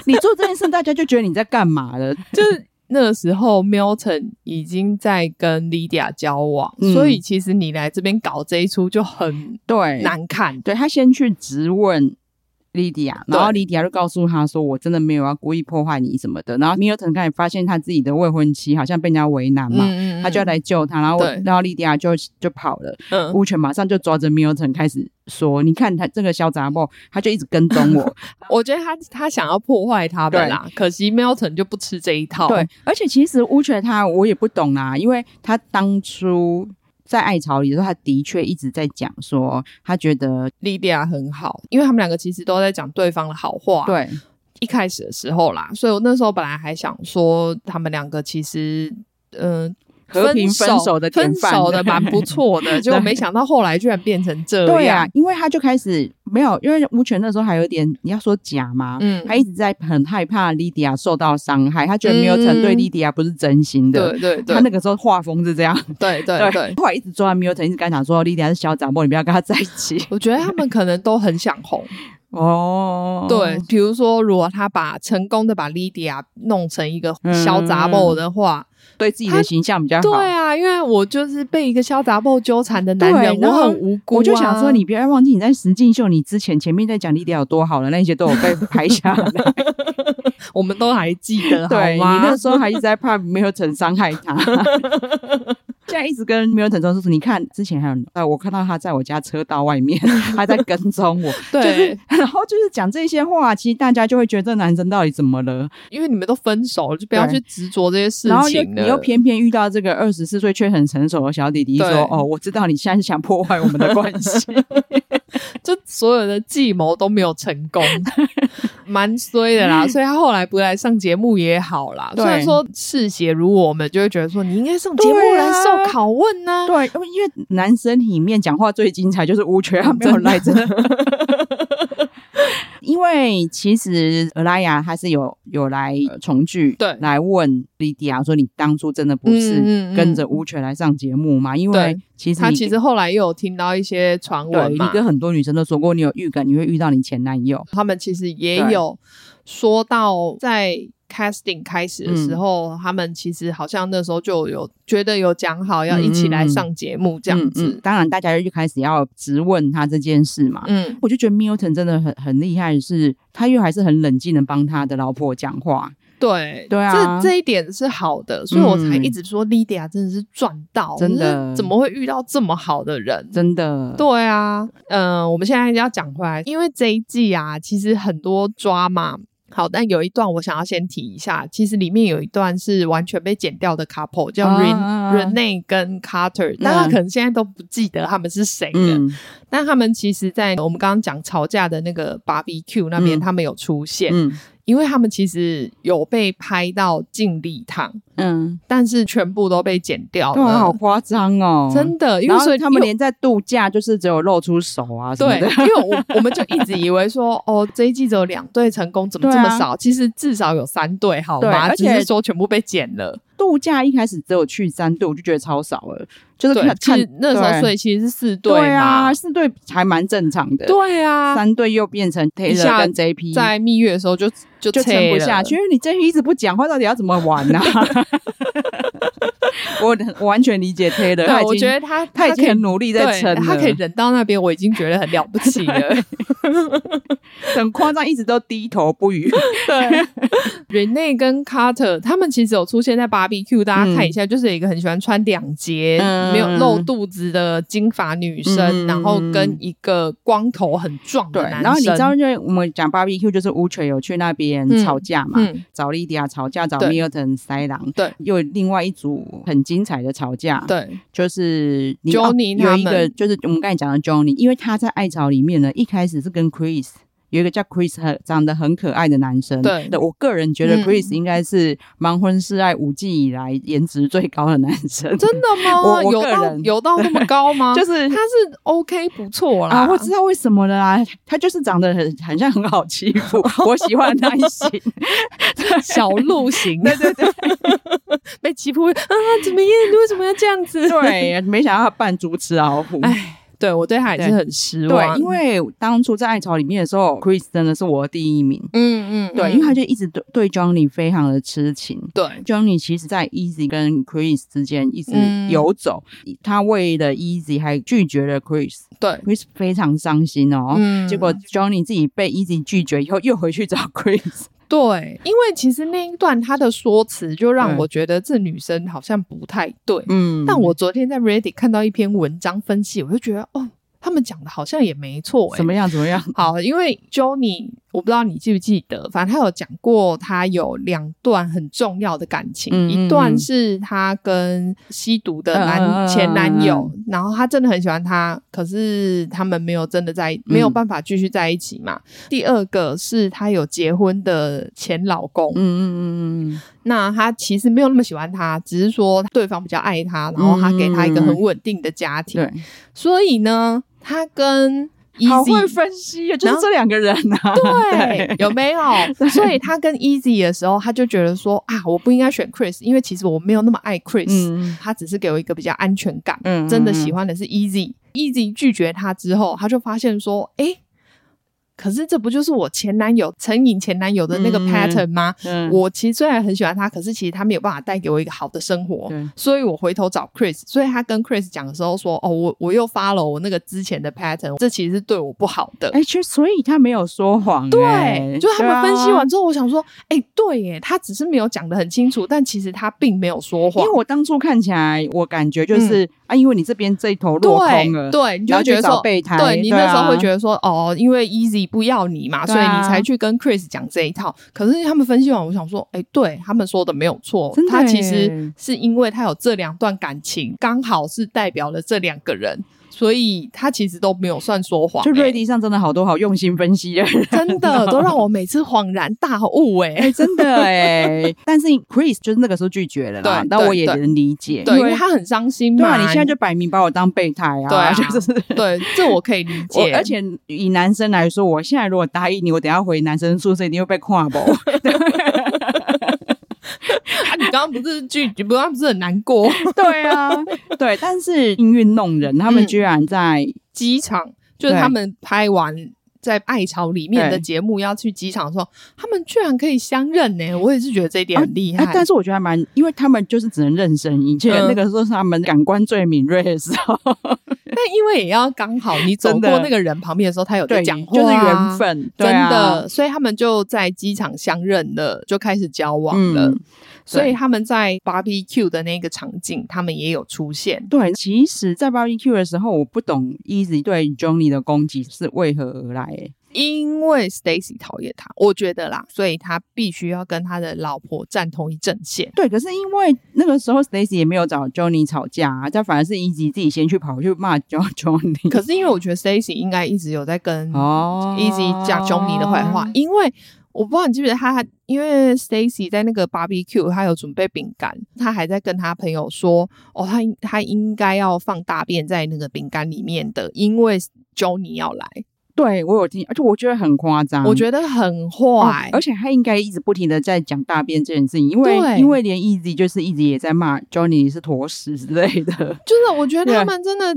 你做这件事，大家就觉得你在干嘛了。
就是那个时候 Milton 已经在跟 Lydia 交往，
嗯
所以其实你来这边搞这一出就很
对，
难看。
对他先去质问。莉迪亚，然后莉迪亚就告诉他说：“我真的没有要故意破坏你什么的。”然后米尔顿开始发现他自己的未婚妻好像被人家为难嘛，
嗯
他就要来救他，然后
对
然后莉迪亚就就跑了。
嗯，
乌犬马上就抓着米尔顿开始说：“你看他这个小杂毛，他就一直跟踪我，
我觉得他他想要破坏他们啦，可惜 Milton 就不吃这一套。
对，而且其实乌雀他我也不懂啊，因为他当初在爱巢里的时候，他的确一直在讲说，他觉得
，Lydia 很好，因为他们两个其实都在讲对方的好话。。
对
一开始的时候啦，所以我那时候本来还想说，他们两个其实，嗯、
和平分
分
手的典
分
范
手的蛮不错
*laughs*
的，结果没想到后来居然变成这
对啊
样。，
因为他就开始没有，因为乌犬那时候还有点你要说假嘛，
嗯
他一直在很害怕莉迪亚受到伤害，他觉得没有
嗯
成对莉迪亚不是真心的。
对嗯对
他
对
那个时候画风是这
*laughs*
样，
对对对，
后来一直抓 Milton，一直跟他讲说莉迪亚是小杂毛，你不要跟他在一起。
我觉得他们可能都很想红。
哦，
对，比如说，如果他把成功的把 Lydia 弄成一个小杂毛的话，
对自己的形象比嗯较好。
对啊，因为我就是被一个小杂毛纠缠的男人，
对然
我
后
很无辜、啊。
我就想说，你不要忘记你在实境秀，你之前前面在讲莉迪亚有多好了，那些都有
*laughs*
被拍下来。
我们都还记得好吗？
*laughs* 对你那时候还一直在怕 Milton 伤害
*laughs*
他，现在一直跟 Milton 说说，你看之前还有，哎，我看到他在我家车道外面，他在跟踪
*laughs*
我，
对
就是然后就是讲这些话，其实大家就会觉得这男生到底怎么了？
因为你们都分手了，就不要
对
去执着这些事情
然后又
了
你又偏偏遇到这个二十四岁却很成熟的小弟弟，说
对
哦，我知道你现在是想破坏我们的关系，
就所有的计谋都没有成
*laughs*
功，蛮衰的啦。所以他后来不来上节目也好啦。
对
虽然说嗜血如我们就会觉得说，你应该上节目
对啊
来受拷问啊呢、
对，因为因为男生里面讲话最精彩就是乌雀，他没
嗯
有赖真的。 *laughs* 因为其实俄拉雅他是有有来呃重聚，
对
来问莉迪亚说：“你当初真的不
嗯嗯
是
嗯
跟着乌雀来上节目吗？”因为
对
其实
他
*laughs* 你
其实后来也有听到一些传
对
闻
你
嘛，
跟很多女生都说过，你有预感你会遇到你前男友，
他们其实也
对
有说到在 casting 开始的时候，
嗯
他们其实好像那时候就有觉得有讲好要一起
嗯
来上节目这样
嗯嗯
子。
当然，大家就开始要质问他这件事嘛。
嗯
我就觉得 Milton 真的很很厉害的是，他又还是很冷静的帮他的老婆讲话。
对
对啊
这这一点是好的，所以我才
嗯
一直说 Lydia 真的是赚到，
真的
就是怎么会遇到这么好的人？
真的，
对啊，嗯、我们现在要讲回来，因为这一季啊，其实很多抓嘛。好，但有一段我想要先提一下，其实里面有一段是完全被剪掉的 couple，叫
啊
Ren、
啊啊
Rene 跟 Carter，大家可能现在都不记得他们是谁了。
嗯，
但他们其实，在我们刚刚讲吵架的那个 barbecue 那边，
嗯
他们有出现。
嗯
因为他们其实有被拍到进礼堂，
嗯，
但是全部都被剪掉
对啊，好
了，
夸张哦，
真的，因
然
为
后
所以
他们
因为
连在度假就是只有露出手啊什么
对，
的，
因为我我们就一直以
*laughs*
为说，哦，这一季只有两队成功，怎么
对
这
啊
么少？其实至少有三队，好
对
吗？
而
只
且
是说全部被剪了。
度假一开始只有去三队，我就觉得超少了，就是
对
看，
其
看
实那时候
对
所以其实是四队
对
嘛
啊，，四队还蛮正常的，
对啊，
三队又变成 Taylor
下
跟 JP，
在蜜月的时候就就
就撑不下去，因为你 JP 一直不讲话，到底要怎么玩
*laughs*
呢、啊？我我完全理解 Taylor，
切了。
他已
对，
经
我觉得他
他已
可以
经很努力在
对
撑了，
他可以忍到那边，我已经觉得很了不起了。
很夸张，一直都低头不语。 *laughs*
对，Rene 跟 Carter 他们其实有出现在 BBQ，大家看一下，就是有一个很喜欢穿两截、
嗯
没有露肚子的金发女生，
嗯
然后跟一个光头很壮
对，
的男生。
然后你知道，因为我们讲 BBQ 就是乌锤有去那边
嗯
吵架嘛，
嗯，
找莉迪亚吵架，找
对
Milton 塞狼，
对，
又有另外一组很精彩的吵架，，
对，
就是你
Johnny
哦有一
他
个
们
就是我们刚才讲的 Johnny，因为他在爱巢里面呢，一开始是跟 Chris。有一个叫 Chris 很长得很可爱的男生，
对
我个人觉得
嗯
Chris 应该是盲婚试爱五季以来颜值最高的男生，
真的吗？
我我
有
个
到
人
有到那么高
*laughs*
吗？
就是是
他是 OK 不错啦，
啊，我知道为什么了啦，他就是长得很很像很好欺负，我喜欢的那一
*laughs*
型，
小
*laughs*
鹿型，对对对， *laughs* 被欺负啊？怎么耶？你为什么要这样子？
对，没想到他扮猪吃老虎，
对，我哎对他啊也是很失望。
对，因为当初在爱巢里面的时候，Chris 真的是我的第一名，
嗯嗯，
对，
嗯
因为他就一直对对 Johnny 非常的痴情。
对
Johnny 其实，在 Easy 跟 Chris 之间一直
嗯
游走，他为了 Easy 还拒绝了 Chris，Chris
对，
非常伤心哦。
嗯
结果 Johnny 自己被 Easy 拒绝以后，又回去找 Chris。
对，因为其实那一段她的说辞就让
嗯
我觉得这女生好像不太对。
嗯
但我昨天在 Reddit 看到一篇文章分析，我就觉得哦，他们讲的好像也没错、欸。
怎么样？怎么样？
好，因为 Johnny，我不知道你记不记得，反正他有讲过，他有两段很重要的感情，
嗯
一段是他跟吸毒的
嗯
男、
嗯嗯嗯
前男友，然后他真的很喜欢他，可是他们没有真的在，没
嗯
有办法继续在一起嘛。第二个是他有结婚的前老公，
嗯嗯嗯嗯
那他其实没有那么喜欢他，只是说对方比较爱他，然后他给他一个很稳定的家庭，
嗯，
所以呢，他跟 e
对，好
a
会分析啊，就
然
是
后
这两个人 *laughs* 啊。
对，有没有？所以他跟 Easy 的时候，他就觉得说啊，我不应该选 Chris，因为其实我没有那么爱 Chris，、
嗯
他只是给我一个比较安全感。
嗯
真的喜欢的是 E Easy。Easy 拒绝他之后，他就发现说，诶，可是这不就是我前男友成瘾前男友的那个
嗯
pattern 吗？
嗯
我其实虽然很喜欢他，可是其实他没有办法带给我一个好的生活
对，
所以我回头找 Chris，所以他跟 Chris 讲的时候说，哦，我我又发了我那个之前的 pattern，这其实是对我不好的。
哎，其实所以他没有说谎，哎
对，就他
对啊
们分析完之后，我想说，哎、对耶，他只是没有讲的很清楚，但其实他并没有说
啊因
谎
为。我当初看起来，我感觉就是、啊，因为你这边这一头落空
嗯对
了，
对，你就
然后
会觉
去
得
找
说，
备胎，
对你那时候会觉
得
得说，哦，因为 Easy 不要你嘛，
对
所以
啊
你才去跟 Chris 讲这一套。可是他们分析完，我想说，哎，对他们说的没有错
真，的
他其
耶
实是因为他有这两段感情，刚好是代表了这两个人，所以他其实都没有算说谎、
就
诶
瑞迪上真的好多好用心分析的
*laughs*
人，*laughs*
真的都让我每次恍然大悟、诶。
哎，真的哎。 *laughs* 但是 Chris 就是那个时候拒绝了啦，
对
那
对
我也能理解，
对，因
因
为
为。
他很伤心
对
嘛。
啊，你现在就摆明把我当备胎啊！
对啊
*laughs* 就是
*laughs* 对，这我可以理
我
解。，
而且以男生来说，我现在如果答应你，我等一下回男生宿舍一定会被跨爆。
啊，你刚刚不是拒，你刚刚不是很难过？
*laughs*
*laughs*
对啊，对，但是命运弄人，他们
嗯
居然在
机场就是
对
他们拍完在爱巢里面的
对
节目要去机场的时候，他们居然可以相认呢、我也是觉得这一点很厉害。
哎但是我觉得还蛮，因为他们就是只能认声音，且
嗯哦
那个时候是他们感官最敏锐的时候，
但因为也要刚好你走
真的
过那个人旁边的时候，他有在
*laughs* 对，
讲话、啊
就是缘。分，对
真
啊
的，，所以他们就在机场相认了，就开始交往了。
嗯
所以他们在 barbecue 的那个场景，他们也有出现。
对。其实，在 BBQ 的时候，我不懂 Easy 对 Johnny 的攻击是为何而来、欸
因为 Stacy 讨厌他，我觉得啦，所以他必须要跟他的老婆站同一阵线。
对，可是因为那个时候 Stacy 也没有找 Johnny 吵架、啊，但反而是 Easy 自己先去跑去骂 *laughs* Jo- Johnny。
可是因为我觉得 Stacy 应该一直有在跟
哦
Easy 讲 Johnny 的坏话，因为我不知道你记不记得他，因为 Stacy 在那个 barbecue，他有准备饼干，他还在跟他朋友说，哦，他应他应该要放大便在那个饼干里面的，因为 Johnny 要来，
对我有听，而且我觉得很夸张，
我
得
觉得很
哇
坏，，
嗯哦而且他应该一直不停的在讲大便这件事情，因为
对
因为连 Easy 就是一直也在骂 Johnny 是坨屎之类的，
就是我觉得
对
他们真的，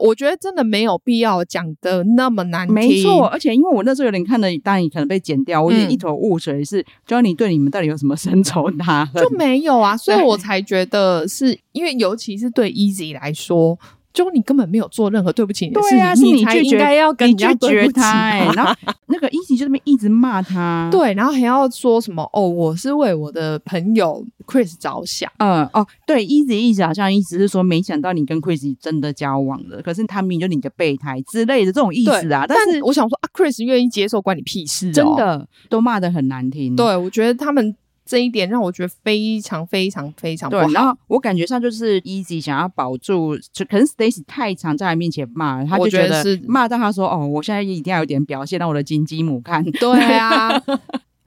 我觉得真的没有必要讲的那么难听，
没错，，而且因为我那时候有点看的，当然可能被剪掉，我有点
嗯
一头雾水是，Johnny 对你们到底有什么 *laughs* 深仇大恨？
就没有啊，所以我才觉得是因为，尤其是对 Easy 来说。就你根本没有做任何对不起你的
对
事情，
啊，是
你才
拒
应
绝
该要跟
你
人家
拒
对
绝
不
他、
起吧
欸，然
*laughs*
后那个 Easy 就这么一直骂他，，
对，然后还要说什么哦，我是为我的朋友 Chris 着想，
嗯，哦，对，Easy 一直好像意思是说，没想到你跟 Chris 真的交往了，可是他明明就你的备胎之类的这种意
对
思啊，
但
是
我想说啊，Chris 愿意接受，关你屁事、哦，
真。的都骂的很难听，
对，我觉得他们这一点让我觉得非常非常非常不
对，然
好。
后我感觉上就是 Easy 想要保住，就可能 Stacy 太常在他面前骂，他就
我觉
觉得
得是
骂到他说：“哦，我现在一定要有点表现，让我的金鸡母
*laughs*
看。
对啊，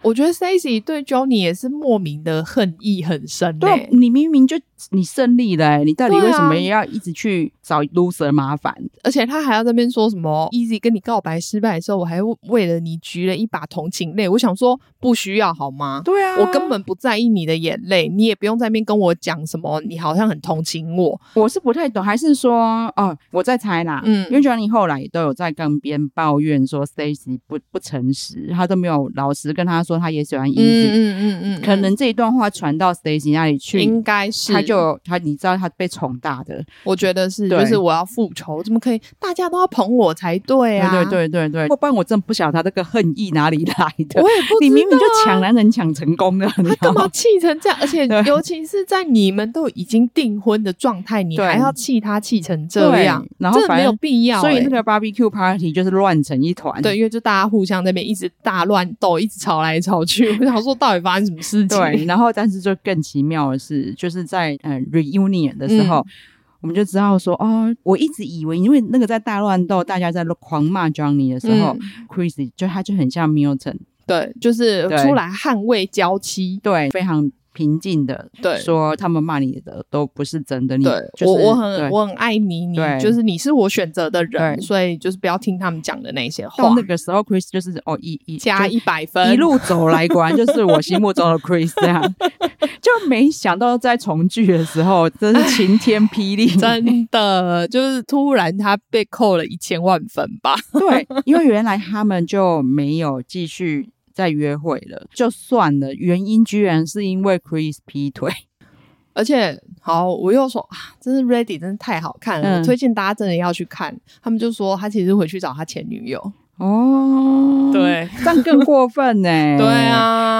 我觉得 Stacy 对 Johnny 也是莫名的恨意很深、欸。
对，你明明就你胜利了、欸，你到底
对啊
为什么要一直去找 loser 麻烦？
而且他还要在那边说什么 Easy 跟你告白失败的时候，我还为了你举了一把同情泪。我想说，不需要好吗？
对啊
我根本不在意你的眼泪，你也不用在那边跟我讲什么，你好像很同情我。
我是不太懂，还是说哦，我在猜啦，
嗯
因为 Johnny 后来也都有在跟别人抱怨说 Stacy 不不诚实，他都没有老实跟他说他也喜欢 Easy，、
嗯嗯
可能这一段话传到 Stacy 那里去，
应该是，
他就他，你知道他被宠大的，
我觉得是，
对
就是我要复仇，怎么可以？大家都要捧我才对啊！
对对对对对，不然我真的不晓得他这个恨意哪里来的。
我也不知道啊
你明明就抢男人抢成功的，你
他 *laughs*
*laughs* 知道
干嘛
吗？
气成这样？而且
对
尤其是在你们都已经订婚的状态，你
对
还要气他气成这样
对，然后
真的
反
没有
正
必要欸、
所以那个 barbecue party 就是乱成一团。
对，因为就大家互相在那边一直大乱斗，一直吵来吵去，我想说到底发生什么事情？
对，然后但是就更奇妙的是，就是在嗯 reunion 的时候。我们就知道说，哦，我一直以为，因为那个在大乱斗，大家在狂骂 Johnny 的时候、
嗯
c h r i s 就他就很像 Milton，
对，就是
对
出来捍卫娇妻。
对，非常平静的
对，
说他们骂你的都不是真的，你
对、
就是
我我
对
很我很爱你，你
对
就是你是我选择的人，
对
所以就是不要听他们讲的那些话
到。那个时候，Chris 就是哦一一
加
就
一百分，
一路走来，果然就是我心目中的 Chris 这
*laughs*
样，就没想到在重聚的时候，真是晴天霹雳，
*laughs* 真的就是突然他被扣了一千万分吧？
对，因为原来他们就没有继续再约会了，就算了，原因居然是因为 Chris 劈腿，
而且好，我又说啊，真是 Ready 真是太好看
嗯
了，我推荐大家真的要去看。他们就说他其实回去找他前女友，
哦，，这样更过分呢、
对。啊，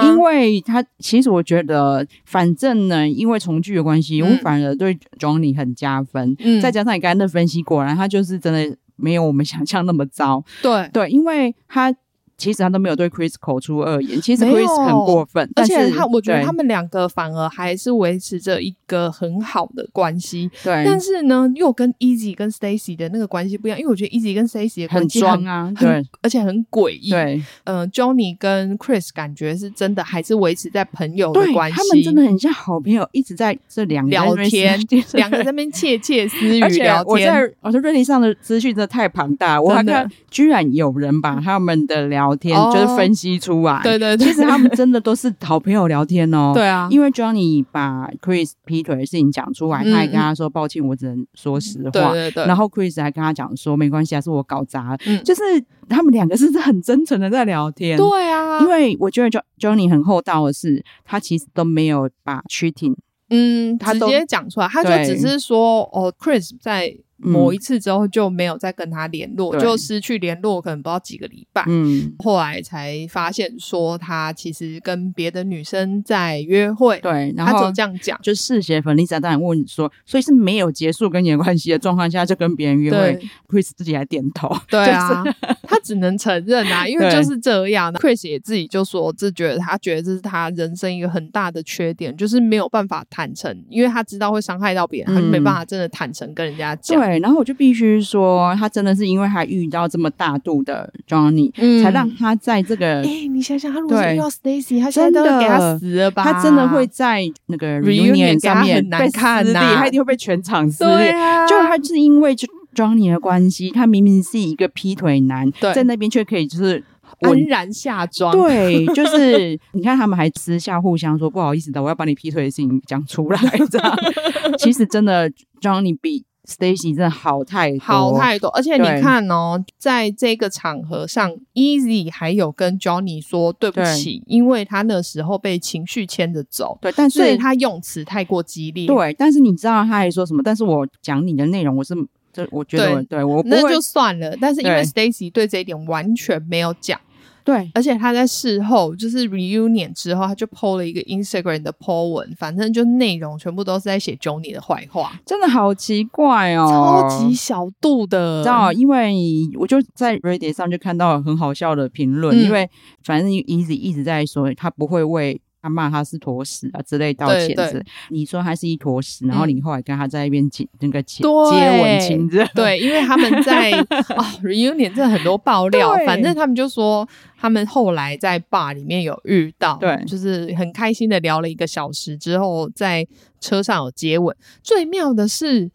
哦因为他其实我觉得，反正呢，因为重聚的关系，
嗯
我反而对 Johnny 很加分。
嗯
再加上你刚才的分析，果然他就是真的没有我们想象那么糟。 *laughs*
对，
对，因为他其实他都没有对 Chris 口出恶言，其实
没有
Chris 很过分，
而
但
且
是
他我觉得
对
他们两个反而还是维持着一个很好的关系，
对，
但是呢，又跟 Easy 跟 Stacy 的那个关系不一样，因为我觉得 Easy 跟 Stacy 的关
很
系很
装啊，
很
对
而且很诡异。，
对
嗯、j o h n n y 跟 Chris 感觉是真的还是维持在朋友的
对，
关系，
他们真的很像好朋友，一直在这两个人
聊天
对，
两个在那边窃窃私语
*laughs* 而且
聊
我
天。
在我在瑞丽上的资讯真的太庞大，我还
真的
看居然有人把他们的聊天
哦
就是分析出来，
对对对
其实他们真的都是好朋友聊天哦，
*laughs* 对啊，
因为 Johnny 把 Chris 劈腿的事情讲出来，
嗯
他还跟他说抱歉，我只能说实
对
话。
对对，
然后 Chris 还跟他讲说没关系啊，是我搞砸了。
嗯
就是他们两个是很真诚的在聊天。
对啊，
因为我觉得 Jo Johnny 很厚道的是，他其实都没有把 cheating
嗯，
他
直
都
接讲出来，他就
对
只是说哦，Chris 在
嗯
某一次之后就没有再跟他联络，
对
就失去联络，可能不知道几个礼拜。
嗯，
后来才发现说他其实跟别的女生在约会，
对，然
他只
后
有这样讲。
就嗜血粉 Lisa 当然问说，所以是没有结束跟你的关系的状况下，就跟别人约会
对
，Chris 自己还点 *laughs* 头，
对啊，他只能承认啊，因
*laughs*
为
对
就是这样。Chris 啊也自己就说，这觉得他觉得这是他人生一个很大的缺点，就是没有办法坦诚，因为他知道会伤害到别人，他就没
嗯
办法真的坦诚跟人家
对
讲。，
对，然后我就必须说，他真的是因为他遇到这么大度的 Johnny，、
嗯
才让他在这个
哎、你想想，他如果是
对
遇到 Stacy，他现在都
真
要
的
给他死了吧？
他真的会在那个
Reunion 给他
上面
很难看
被撕裂
呐
他一定会被全场撕
对
裂。
啊，
就他就是因为就 Johnny 的关系，他明明是一个劈腿男，
对
在那边却可以就是
安
稳。
然下妆，
对，就是你看他们还私下互相说不好意思的，我要把你劈腿的事情讲出来。这样，其实真的 Johnny 比 Stacy 真的好太多，
好太多。而且你
对
看哦，在这个场合上，Easy 还有跟 Johnny 说对不
对
起，因为他那时候被情绪牵着走，
对，但
所以
是
他用词太过激烈。，
对，但是你知道他还说什么？但是我讲你的内容，我是这，我觉得
对
我对我不
那
会
就算了。但是因为
对
Stacy 对这一点完全没有讲。
对
而且他在事后就是 reunion 之后，他就 PO 了一个 Instagram 的 po 文，反正就内容全部都是在写 Johnny 的坏话，
真的好奇怪哦，
超级小度的
你知，
嗯
道，因为我就在 Reddit 上就看到很好笑的评论，
嗯
因为反正 Easy 一直在说他不会为。他骂他是坨屎啊之类道
对
歉
对
之，你说他是一坨屎，然后
嗯
你后来跟他在一边亲那个亲
对
接吻亲热，
对，因为他们
*laughs*
在哦 reunion 真的很多爆料，
对
反正他们就说他们后来在 bar 里面有遇到，
对
就是很开心的聊了一个小时之后，在车上有接吻。最妙的是。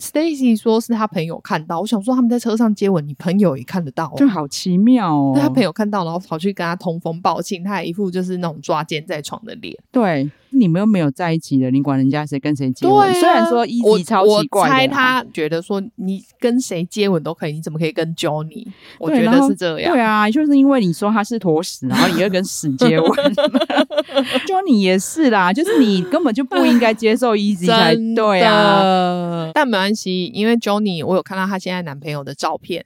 Stacy 说是他朋友看到，我想说他们在车上接吻，你朋友也看得到、哦，
就好奇妙哦。
那他朋友看到，然后跑去跟他通风报信，他还一副就是那种抓奸在床的脸。
对你们又没有在一起的，你管人家谁跟谁接吻？
对啊
虽然说 Easy 超
我
奇怪
我
的啊啦
猜他觉得说你跟谁接吻都可以，你怎么可以跟 Johnny？我
对
觉
然
得
后
是这样。
对啊，就是因为你说他是坨屎，然后你又跟屎接
*laughs*
吻，就你也是啦，就是你根本就不应该接受 easy 才
真的
对啊。
但没关系，因为 Johnny，我有看到她现在男朋友的照片，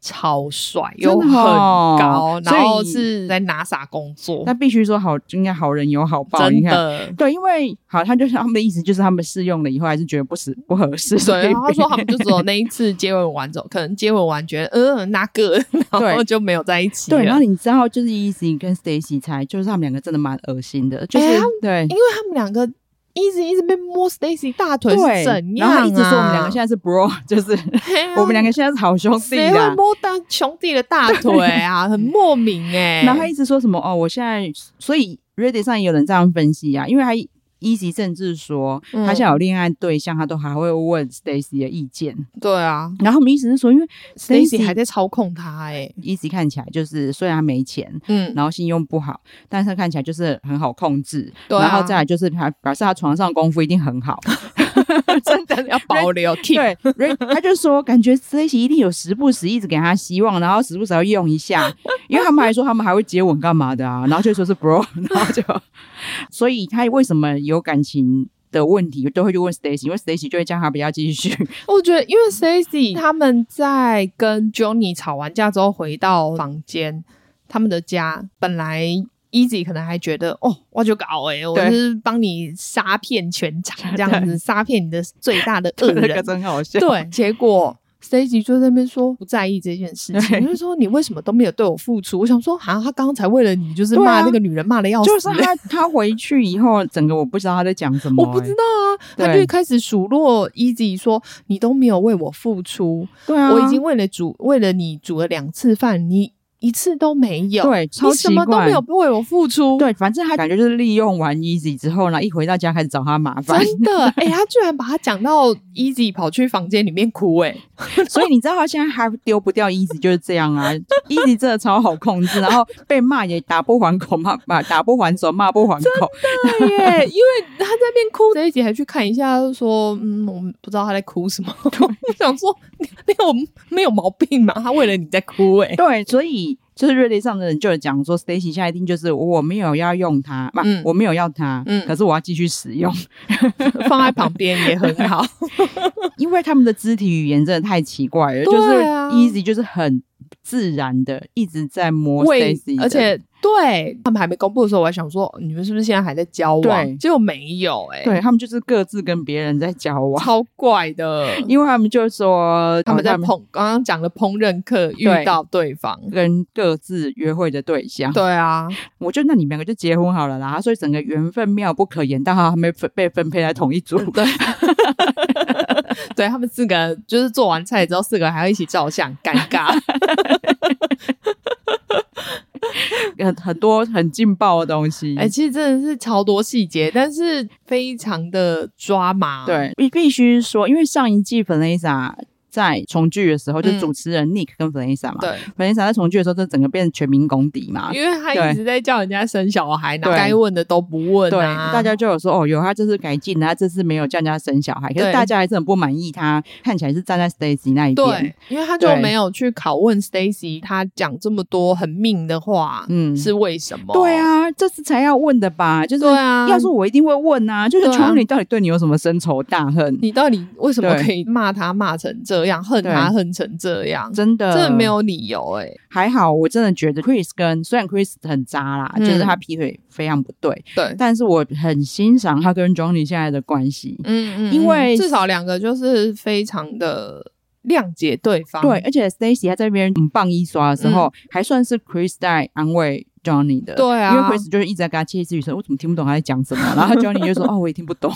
超帅
真的
又
哦
很高，
所以
然后是在 NASA 工作，
那必须说好，应该好人有好报，
真
你看。
的。
对，因为好，他就是他们的意思，就是他们试用了以后还是觉得不适不合适，
所以
以
然后他说他们就只有那一次接吻完之后，可能接吻完觉得嗯那个，然后
对
就没有在一起
*laughs*
了。
对。然后你知道，就是 Easy 跟 Stacy 才，就是他们两个真的蛮恶心的，就是、
哎他
对
因为他们两个一直一直被摸 Stacy 大腿
对
是怎，
然
样、啊？
后他一直说我们两个现在是 bro，就是 *laughs*
在
我们两个现在是好兄弟
谁
啦
会。摸到兄弟的大腿
*laughs*
啊？很莫名哎、
然后他一直说什么哦，我现在所以 Reddit 上也有人这样分析啊，因为他 Easy 甚至说
嗯
他现在有恋爱对象，他都还会问 Stacy 的意见。
对啊
然后我们意思是说，因为
，Stacy 还
在
在操控他哎、
Easy 看起来就是虽然他没钱，
嗯，
然后信用不好，但是他看起来就是很好控制。
对啊
然后再来就是他表示他床上功夫一定很好。
*laughs*
*laughs*
真的要保留 keep。
对，Red-
*laughs*
他就说感觉 Stacy 一定有时不时一直给他希望，然后时不时要用一下，因为他们还说他们还会接吻干嘛的啊，然后就说是 bro，然 *laughs* 后就，所以他为什么有感情的问题都会去问 Stacy，因为 Stacy 就会叫他不要继续，
我觉得，因为 Stacy 他们在跟 Johnny 吵完架之后回到房间，他们的家本来。Easy 可能还觉得哦，我就搞哎、我
对
就是帮你杀遍全
*laughs*
场这样子，杀遍你的最大的恶
那个
人，
真好笑。
对，啊结果 Stacy 就在那边说不在意这件事情，
对
就是说你为什么都没有对我付出？我想说，好像他刚才为了你，就是
对啊
骂那个女人骂的要死、
就是啊他，他回去以后，整个我不知道他在讲什么、
*laughs* 我不知
欸
道啊，
对
他就开始数落 Easy 说：“你都没有为我付出，
对啊，
我已经为了煮为了你煮了两次饭，你一次都没有，
对超
你什么
奇
都
怪
没有为我付出。”
对，反正他感觉就是利用完 Easy 之后呢，一回到家开始找他麻烦，
真的，哎、他居然把他讲到 Easy 跑去房间里面哭、哎，
所以你知道他现在还丢不掉一直就是这样啊，一直真的超好控制，然后被骂也打不还口，骂骂打不还手，骂不还口。
对耶，因为他在那边哭，这一集还去看一下，就说嗯，我们不知道他在哭什么。 *laughs* 我想说，你你有没有毛病吗？他为了你在哭哎、
对，所以就是瑞丽上的人就有讲说，Stacy 现在一定就是我没有要用它，不、
嗯
我没有要它，
嗯
可是我要继续使用，
*laughs*
*laughs*
放在旁边也很好。
因为他们的肢体语言真的太奇怪了，就
对啊
是 Easy 就是很自然的一直在摸
*laughs* 为
Stacy，的
而且对他们还没公布的时候，我还想说你们是不是现在还在交往？
对
结果没有哎、
对他们就是各自跟别人在交往。
超怪的。
因为他们就说
他们在
哦
烹刚刚讲的烹饪课遇
对
到对方，
跟各自约会的对象，
对啊，
我就那你们两个就结婚好了啦，所 *laughs* 以整个缘分妙不可言，但好还没分被分配在同一组。
对，对他们四个就是做完菜之后，四个还要一起照相，尴尬。
很很多很劲爆的东西。
哎、其实真的是超多细节，但是非常的抓马。
对，必必须说，因为上一季 Vanessa 在重聚的时候，就是
嗯
主持人 Nick 跟 Vanessa 嘛
对，
，Vanessa 在重聚的时候，就整个变成全民公敌嘛。
因为他
对
一直在叫人家生小孩，然后
对
该问的都不问
对，
啊，
大家就有说哦，有他这次改进了，他这次没有叫人家生小孩，可是
对
大家还是很不满意他，看起来是站在 Stacy 那一边
对。，因为他就
对
没有去拷问 Stacy，他讲这么多很命的话，
嗯
是为什么？
对，啊，这次才要问的吧？就是
对啊
要是我一定会问啊，就是
对啊
Tony 到底对你有什么深仇大恨？
你到底为什么
对
可以骂他骂成这样，恨他恨成这样？
真的，
真的没有理由哎、
还好，我真的觉得 Chris 跟虽然 Chris 很渣啦，
嗯
就是他劈腿非常不对，
对，
但是我很欣赏他跟 Johnny 现在的关系。
嗯嗯，
因为
嗯至少两个就是非常的谅解对方，
对，而且 Stacy 他在那边嗯棒一刷的时候，还算是 Chris 在安慰 Johnny 的。
嗯对啊
因为 Chris 就是一直在跟他窃窃私语说：“我怎么听不懂他在讲什么？”然后 Johnny
*laughs*
就说：“哦，我也听不懂。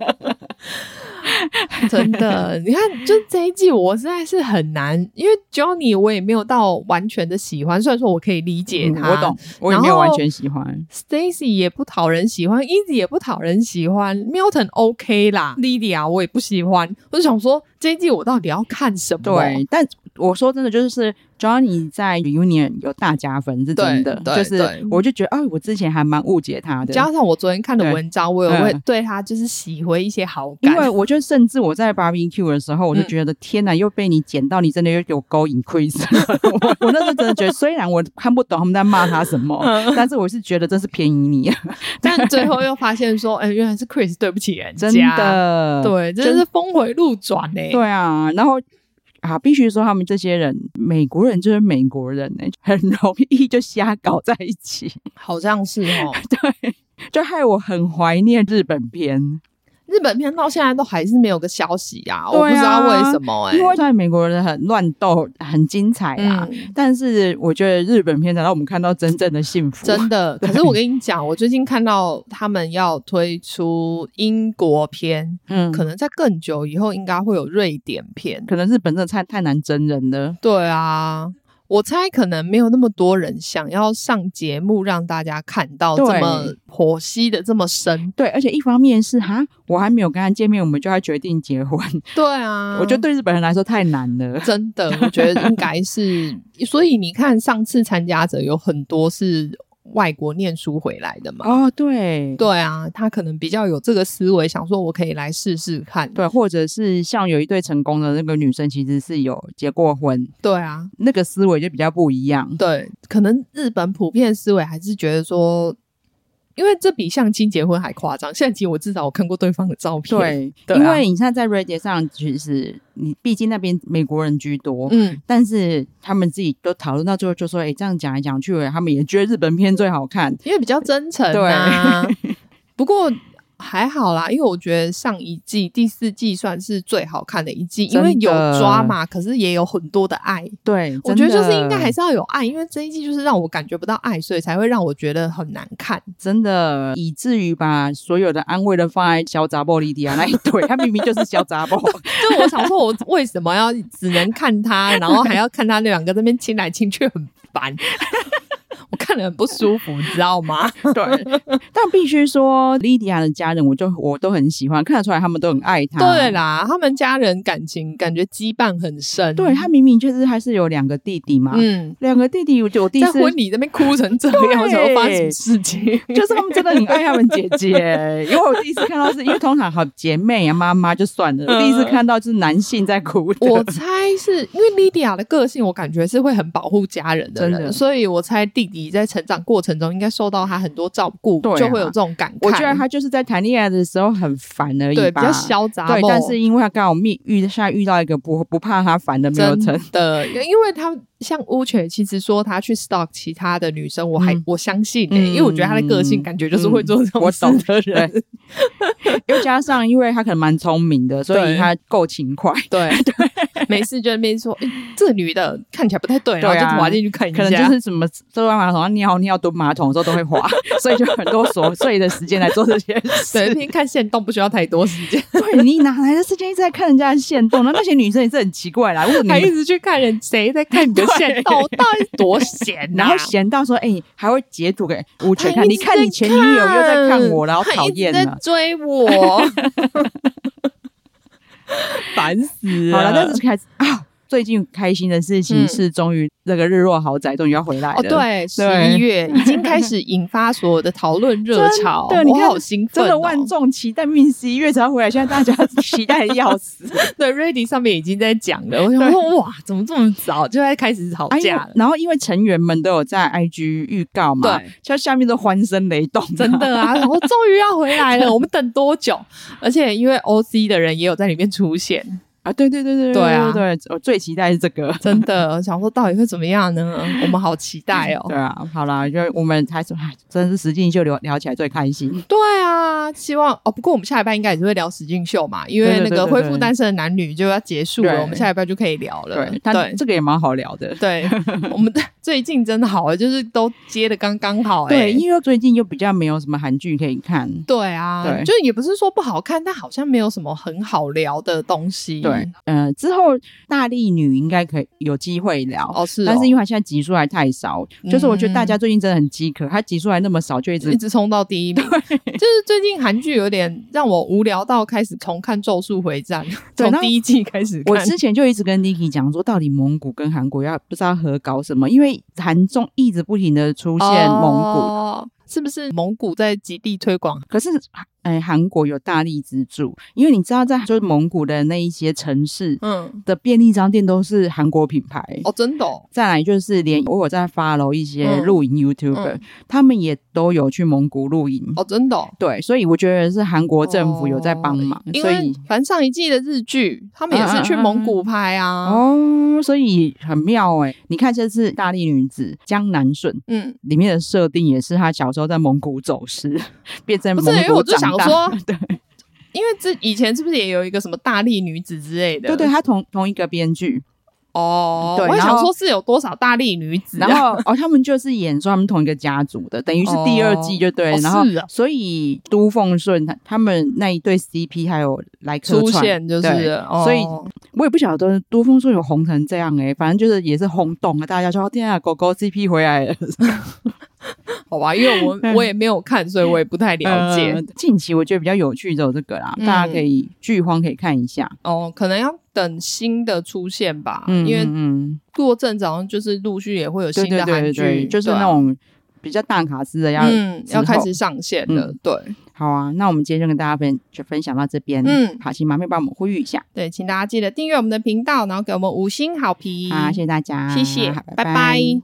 *laughs*
真的，你看，就这一季我实在是很难，因为 Johnny 我也没有到完全的喜欢，虽然说我可以理解
嗯”
他，
我懂，我也没有完全喜欢。
Stacy 也不讨人喜欢，Easy 也不讨人喜欢，Milton OK 啦，Lydia 我也不喜欢，我就想说这一季我到底要看什么？
对，但我说真的，就是 Johnny 在 Reunion 有大加分，是真的。
对
就
对
是
对
我就觉得，哎，我之前还蛮误解他的，
加上我昨天看的文章，我也
嗯
会对他就是喜回一些好
因为
感。
我就甚至我在 barbecue 的时候，我就觉得、天哪，又被你捡到，你真的又有勾引
*laughs*
Chris。我我那时候真的觉得，虽然我看不懂他们在骂他什
*laughs*
么，但是我是觉得真是便宜你， *laughs*
但最后又发现说，哎、原来是 Chris 对不起人家，
真，的。
对，真的是峰回路转欸呢、
对啊，然后。啊，必须说他们这些人，美国人就是美国人呢、很容易就瞎搞在一起，
好像是哦。
就害我很怀念日本片，
日本片到现在都还是没有个消息啊，
对啊
我不知道为什么哎、
因为在美国人很乱斗，很精彩啦。
嗯
但是我觉得日本片才让我们看到真正的幸福，
真
*laughs*
的，可是我跟你讲，我最近看到他们要推出英国片，
嗯
可能在更久以后应该会有瑞典片。
可能日本真的太太难真人了。
对啊，我猜可能没有那么多人想要上节目让大家看到
对
这么剖析的这么深。
对，而且一方面是哈，我还没有跟他见面，我们就要决定结婚，
对啊，
我觉得。对日本人来说太难了。
真的，我觉得应该是，所以你看，上次参加者有很多是外国念书回来的嘛，
哦，对
对啊，他可能比较有这个思维，想说我可以来试试看。
对，或者是像有一对成功的那个女生，其实是有结过婚，
对啊，
那个思维就比较不一样。
对，可能日本普遍思维还是觉得说，因为这比相亲结婚还夸张。相亲我至少我看过对方的照片，，
对，
*laughs* 对
因
啊
为你像在 Reddit 上，其实你毕竟那边美国人居多，
嗯，
但是他们自己都讨论到最后就说，哎，这样讲来讲去，他们也觉得日本片最好看。
因为比较真诚、啊。对，不过还好啦，因为我觉得上一季第四季算是最好看的一季，因为
真的
有抓嘛，可是也有很多的爱。
对，
我觉得就是应该
还
还是要有爱，因为这一季就是让我感觉不到爱，所以才会让我觉得很难看。
真的，以至于把所有的安慰都放在小杂波莉迪亚那一堆，他明明就是小杂
*laughs*
波，
就我想说，我为什么要只能看他，然后还要看他那两个在那边亲来亲去，很烦。 *laughs* 我看了很不舒服，你知道吗？
对。但必须说，莉迪亚的家人，我就我都很喜欢，看得出来他们都很爱他。
对啦，他们家人感情感觉羁绊很深。
对他明明就是还是有两个弟弟嘛，
嗯，
两个弟弟，我就我第一
在
次。
婚礼那边哭成这样，我想说发生什么事情？
*laughs* 就是他们真的很爱他们姐姐，因为我第一次看到是，因为通常好姐妹啊、妈妈就算了，我第一次看到就是男性在哭的，
我猜是因为莉迪亚的个性，我感觉是会很保护家人的
真
人，
的
所以我猜弟弟在成长过程中应该受到他很多照顾，
对啊
就会有这种感慨。
我觉得他就是在谈恋爱的时候很烦而已吧，
对比较潇洒，
对，但是因为他刚好遇遇现在遇到一个不不怕他烦的 Milton，
真的，因因为他像乌犬，其实说他去 stalk 其他的女生，我还、
嗯
我相信、欸
嗯
因为我觉得他的个性感觉就是会做这
嗯我
种事
懂
的人。
*laughs* 又加上因为他可能蛮聪明的，所以
对
他够勤快。
对，没事就在那边说，哎，这女的看起来不太对，然后
对啊
就滑进去看一下，
可能就是什么坐在马桶上尿尿、蹲马桶的时候都会滑，所以就很多琐碎的时间来做这些
对，
事。
因为看线动不需要太多时间，
*laughs* 对你哪来的时间一直在看人家的线动？那那些女生也是很奇怪啦，如果你
还一
们
直去看人谁在看你的线动，到底是多闲
*laughs*
呐、
然后闲到说，哎、还会截图给吴
他
权看，
一
你
直
看
在
你前女友又在看我，然后
他
讨
一直
厌啊
在
了，
追
*laughs*
我，
烦死
了
好了，但是开始啊，最近开心的事情
嗯
是，终于那个日落豪宅终于要回来了。
哦，对，十
对
一月已经开始引发所有的讨论热潮，
真的你
我
看
好兴
真
奋、哦，
的万众期待，明明十一月才要回来，现在大家期待的要死。
对 Ready 上面已经在讲了，我想说哇，怎么这么早就在开始吵
*laughs* 哎呦
架了？
然后因为成员们都有在 IG 预告嘛
对，
就下面都欢声雷动，
真。的 *laughs* 啊，然后终于要回来了，我们等多久？而且因为 OC 的人也有在里面出现，
啊，对对对对
对啊
对，对我最期待是这个。
真 *laughs* 的想说到底会怎么样呢？我们好期待哦 *laughs*
对。啊，好啦，就我们还是哎，真是实境秀聊聊起来最开心。
对啊，希望哦。不过我们下礼拜应该也是会聊实境秀嘛，因为那
对对
个
对对
恢复单身的男女就要结束了，
对
我们下礼拜就可以聊了。
对，但这个也蛮好聊的。
对，我们最近真的好，欸就是都接的刚刚好、欸。
对，因为最近又比较没有什么韩剧可以看。
对啊，
对
就也不是说不好看，但好像没有什么很好聊的东西。
对，，呃，之后大力女应该可以有机会聊，
哦是哦
但是因为她现在集数还太少，就是我觉得大家最近真的很饥渴，她集数还那么少，就一
就
直
一直冲到第一名，就是最近韩剧有点让我无聊到开始重看《咒术回战》，
对
从
那
第一季开始看。
我之前就一直跟 Niki 讲说，到底蒙古跟韩国要不知道合搞什么，因为韩综一直不停的出现蒙古，
哦是不是蒙古在极地推广？
可是哎，韩国有大力资助，因为你知道在就是蒙古的那一些城市
嗯，
的便利商店都是韩国品牌。
哦，真的、哦，
再来就是连我有在 follow 一些
嗯
露营 YouTuber，、
嗯
他们也都有去蒙古露营。
哦，真的、哦。
对，所以我觉得是韩国政府有在帮忙，
因
所
为
以嗯
反正上一季的日剧，他们也是去蒙古拍啊。
哦，所以很妙哎、你看这次《大力女子江南顺》
嗯，
里面的设定也是她小时候在蒙古走失， *laughs* 变成
不
蒙
是
古
因为我就
长
想
大
说
对
因为这以前是不是也有一个什么大力女子之类的？
对对，她同同一个编剧，
哦，
对
我还
然后
想说是有多少大力女子啊、
然后哦，他们就是演说他们同一个家族的，等于是第二季就对了。
哦
然后、
是啊
所以都奉顺他他们那一对 CP 还有来客
出
串，
现就是
对，
哦
所以我也不晓得都奉顺有红成这样哎、反正就是也是轰动啊，大家说天啊，狗狗 CP 回来了，
好吧，因为
*laughs*
我
嗯
我也没有看，所以我也不太 *laughs* 了解。
呃近期我觉得比较有趣的有这个啦，
嗯
大家可以剧荒可以看一下。
哦，可能要等新的出现吧，
嗯，
因为
嗯，嗯
过阵子好像就是陆续也会有
对
新
对
的韩
对
剧，
对，就是
对啊
那种比较大卡司的要、
嗯
之
要开
后
始上线了。
嗯
对
好啊。那我们今天就跟大家分就分享到这边，
嗯
好，请麻烦帮我们呼吁一下。
对，
啊
请大家记得订阅我们的频道，然后给我们五星好评。
好，谢谢大家，
谢谢
好，
拜拜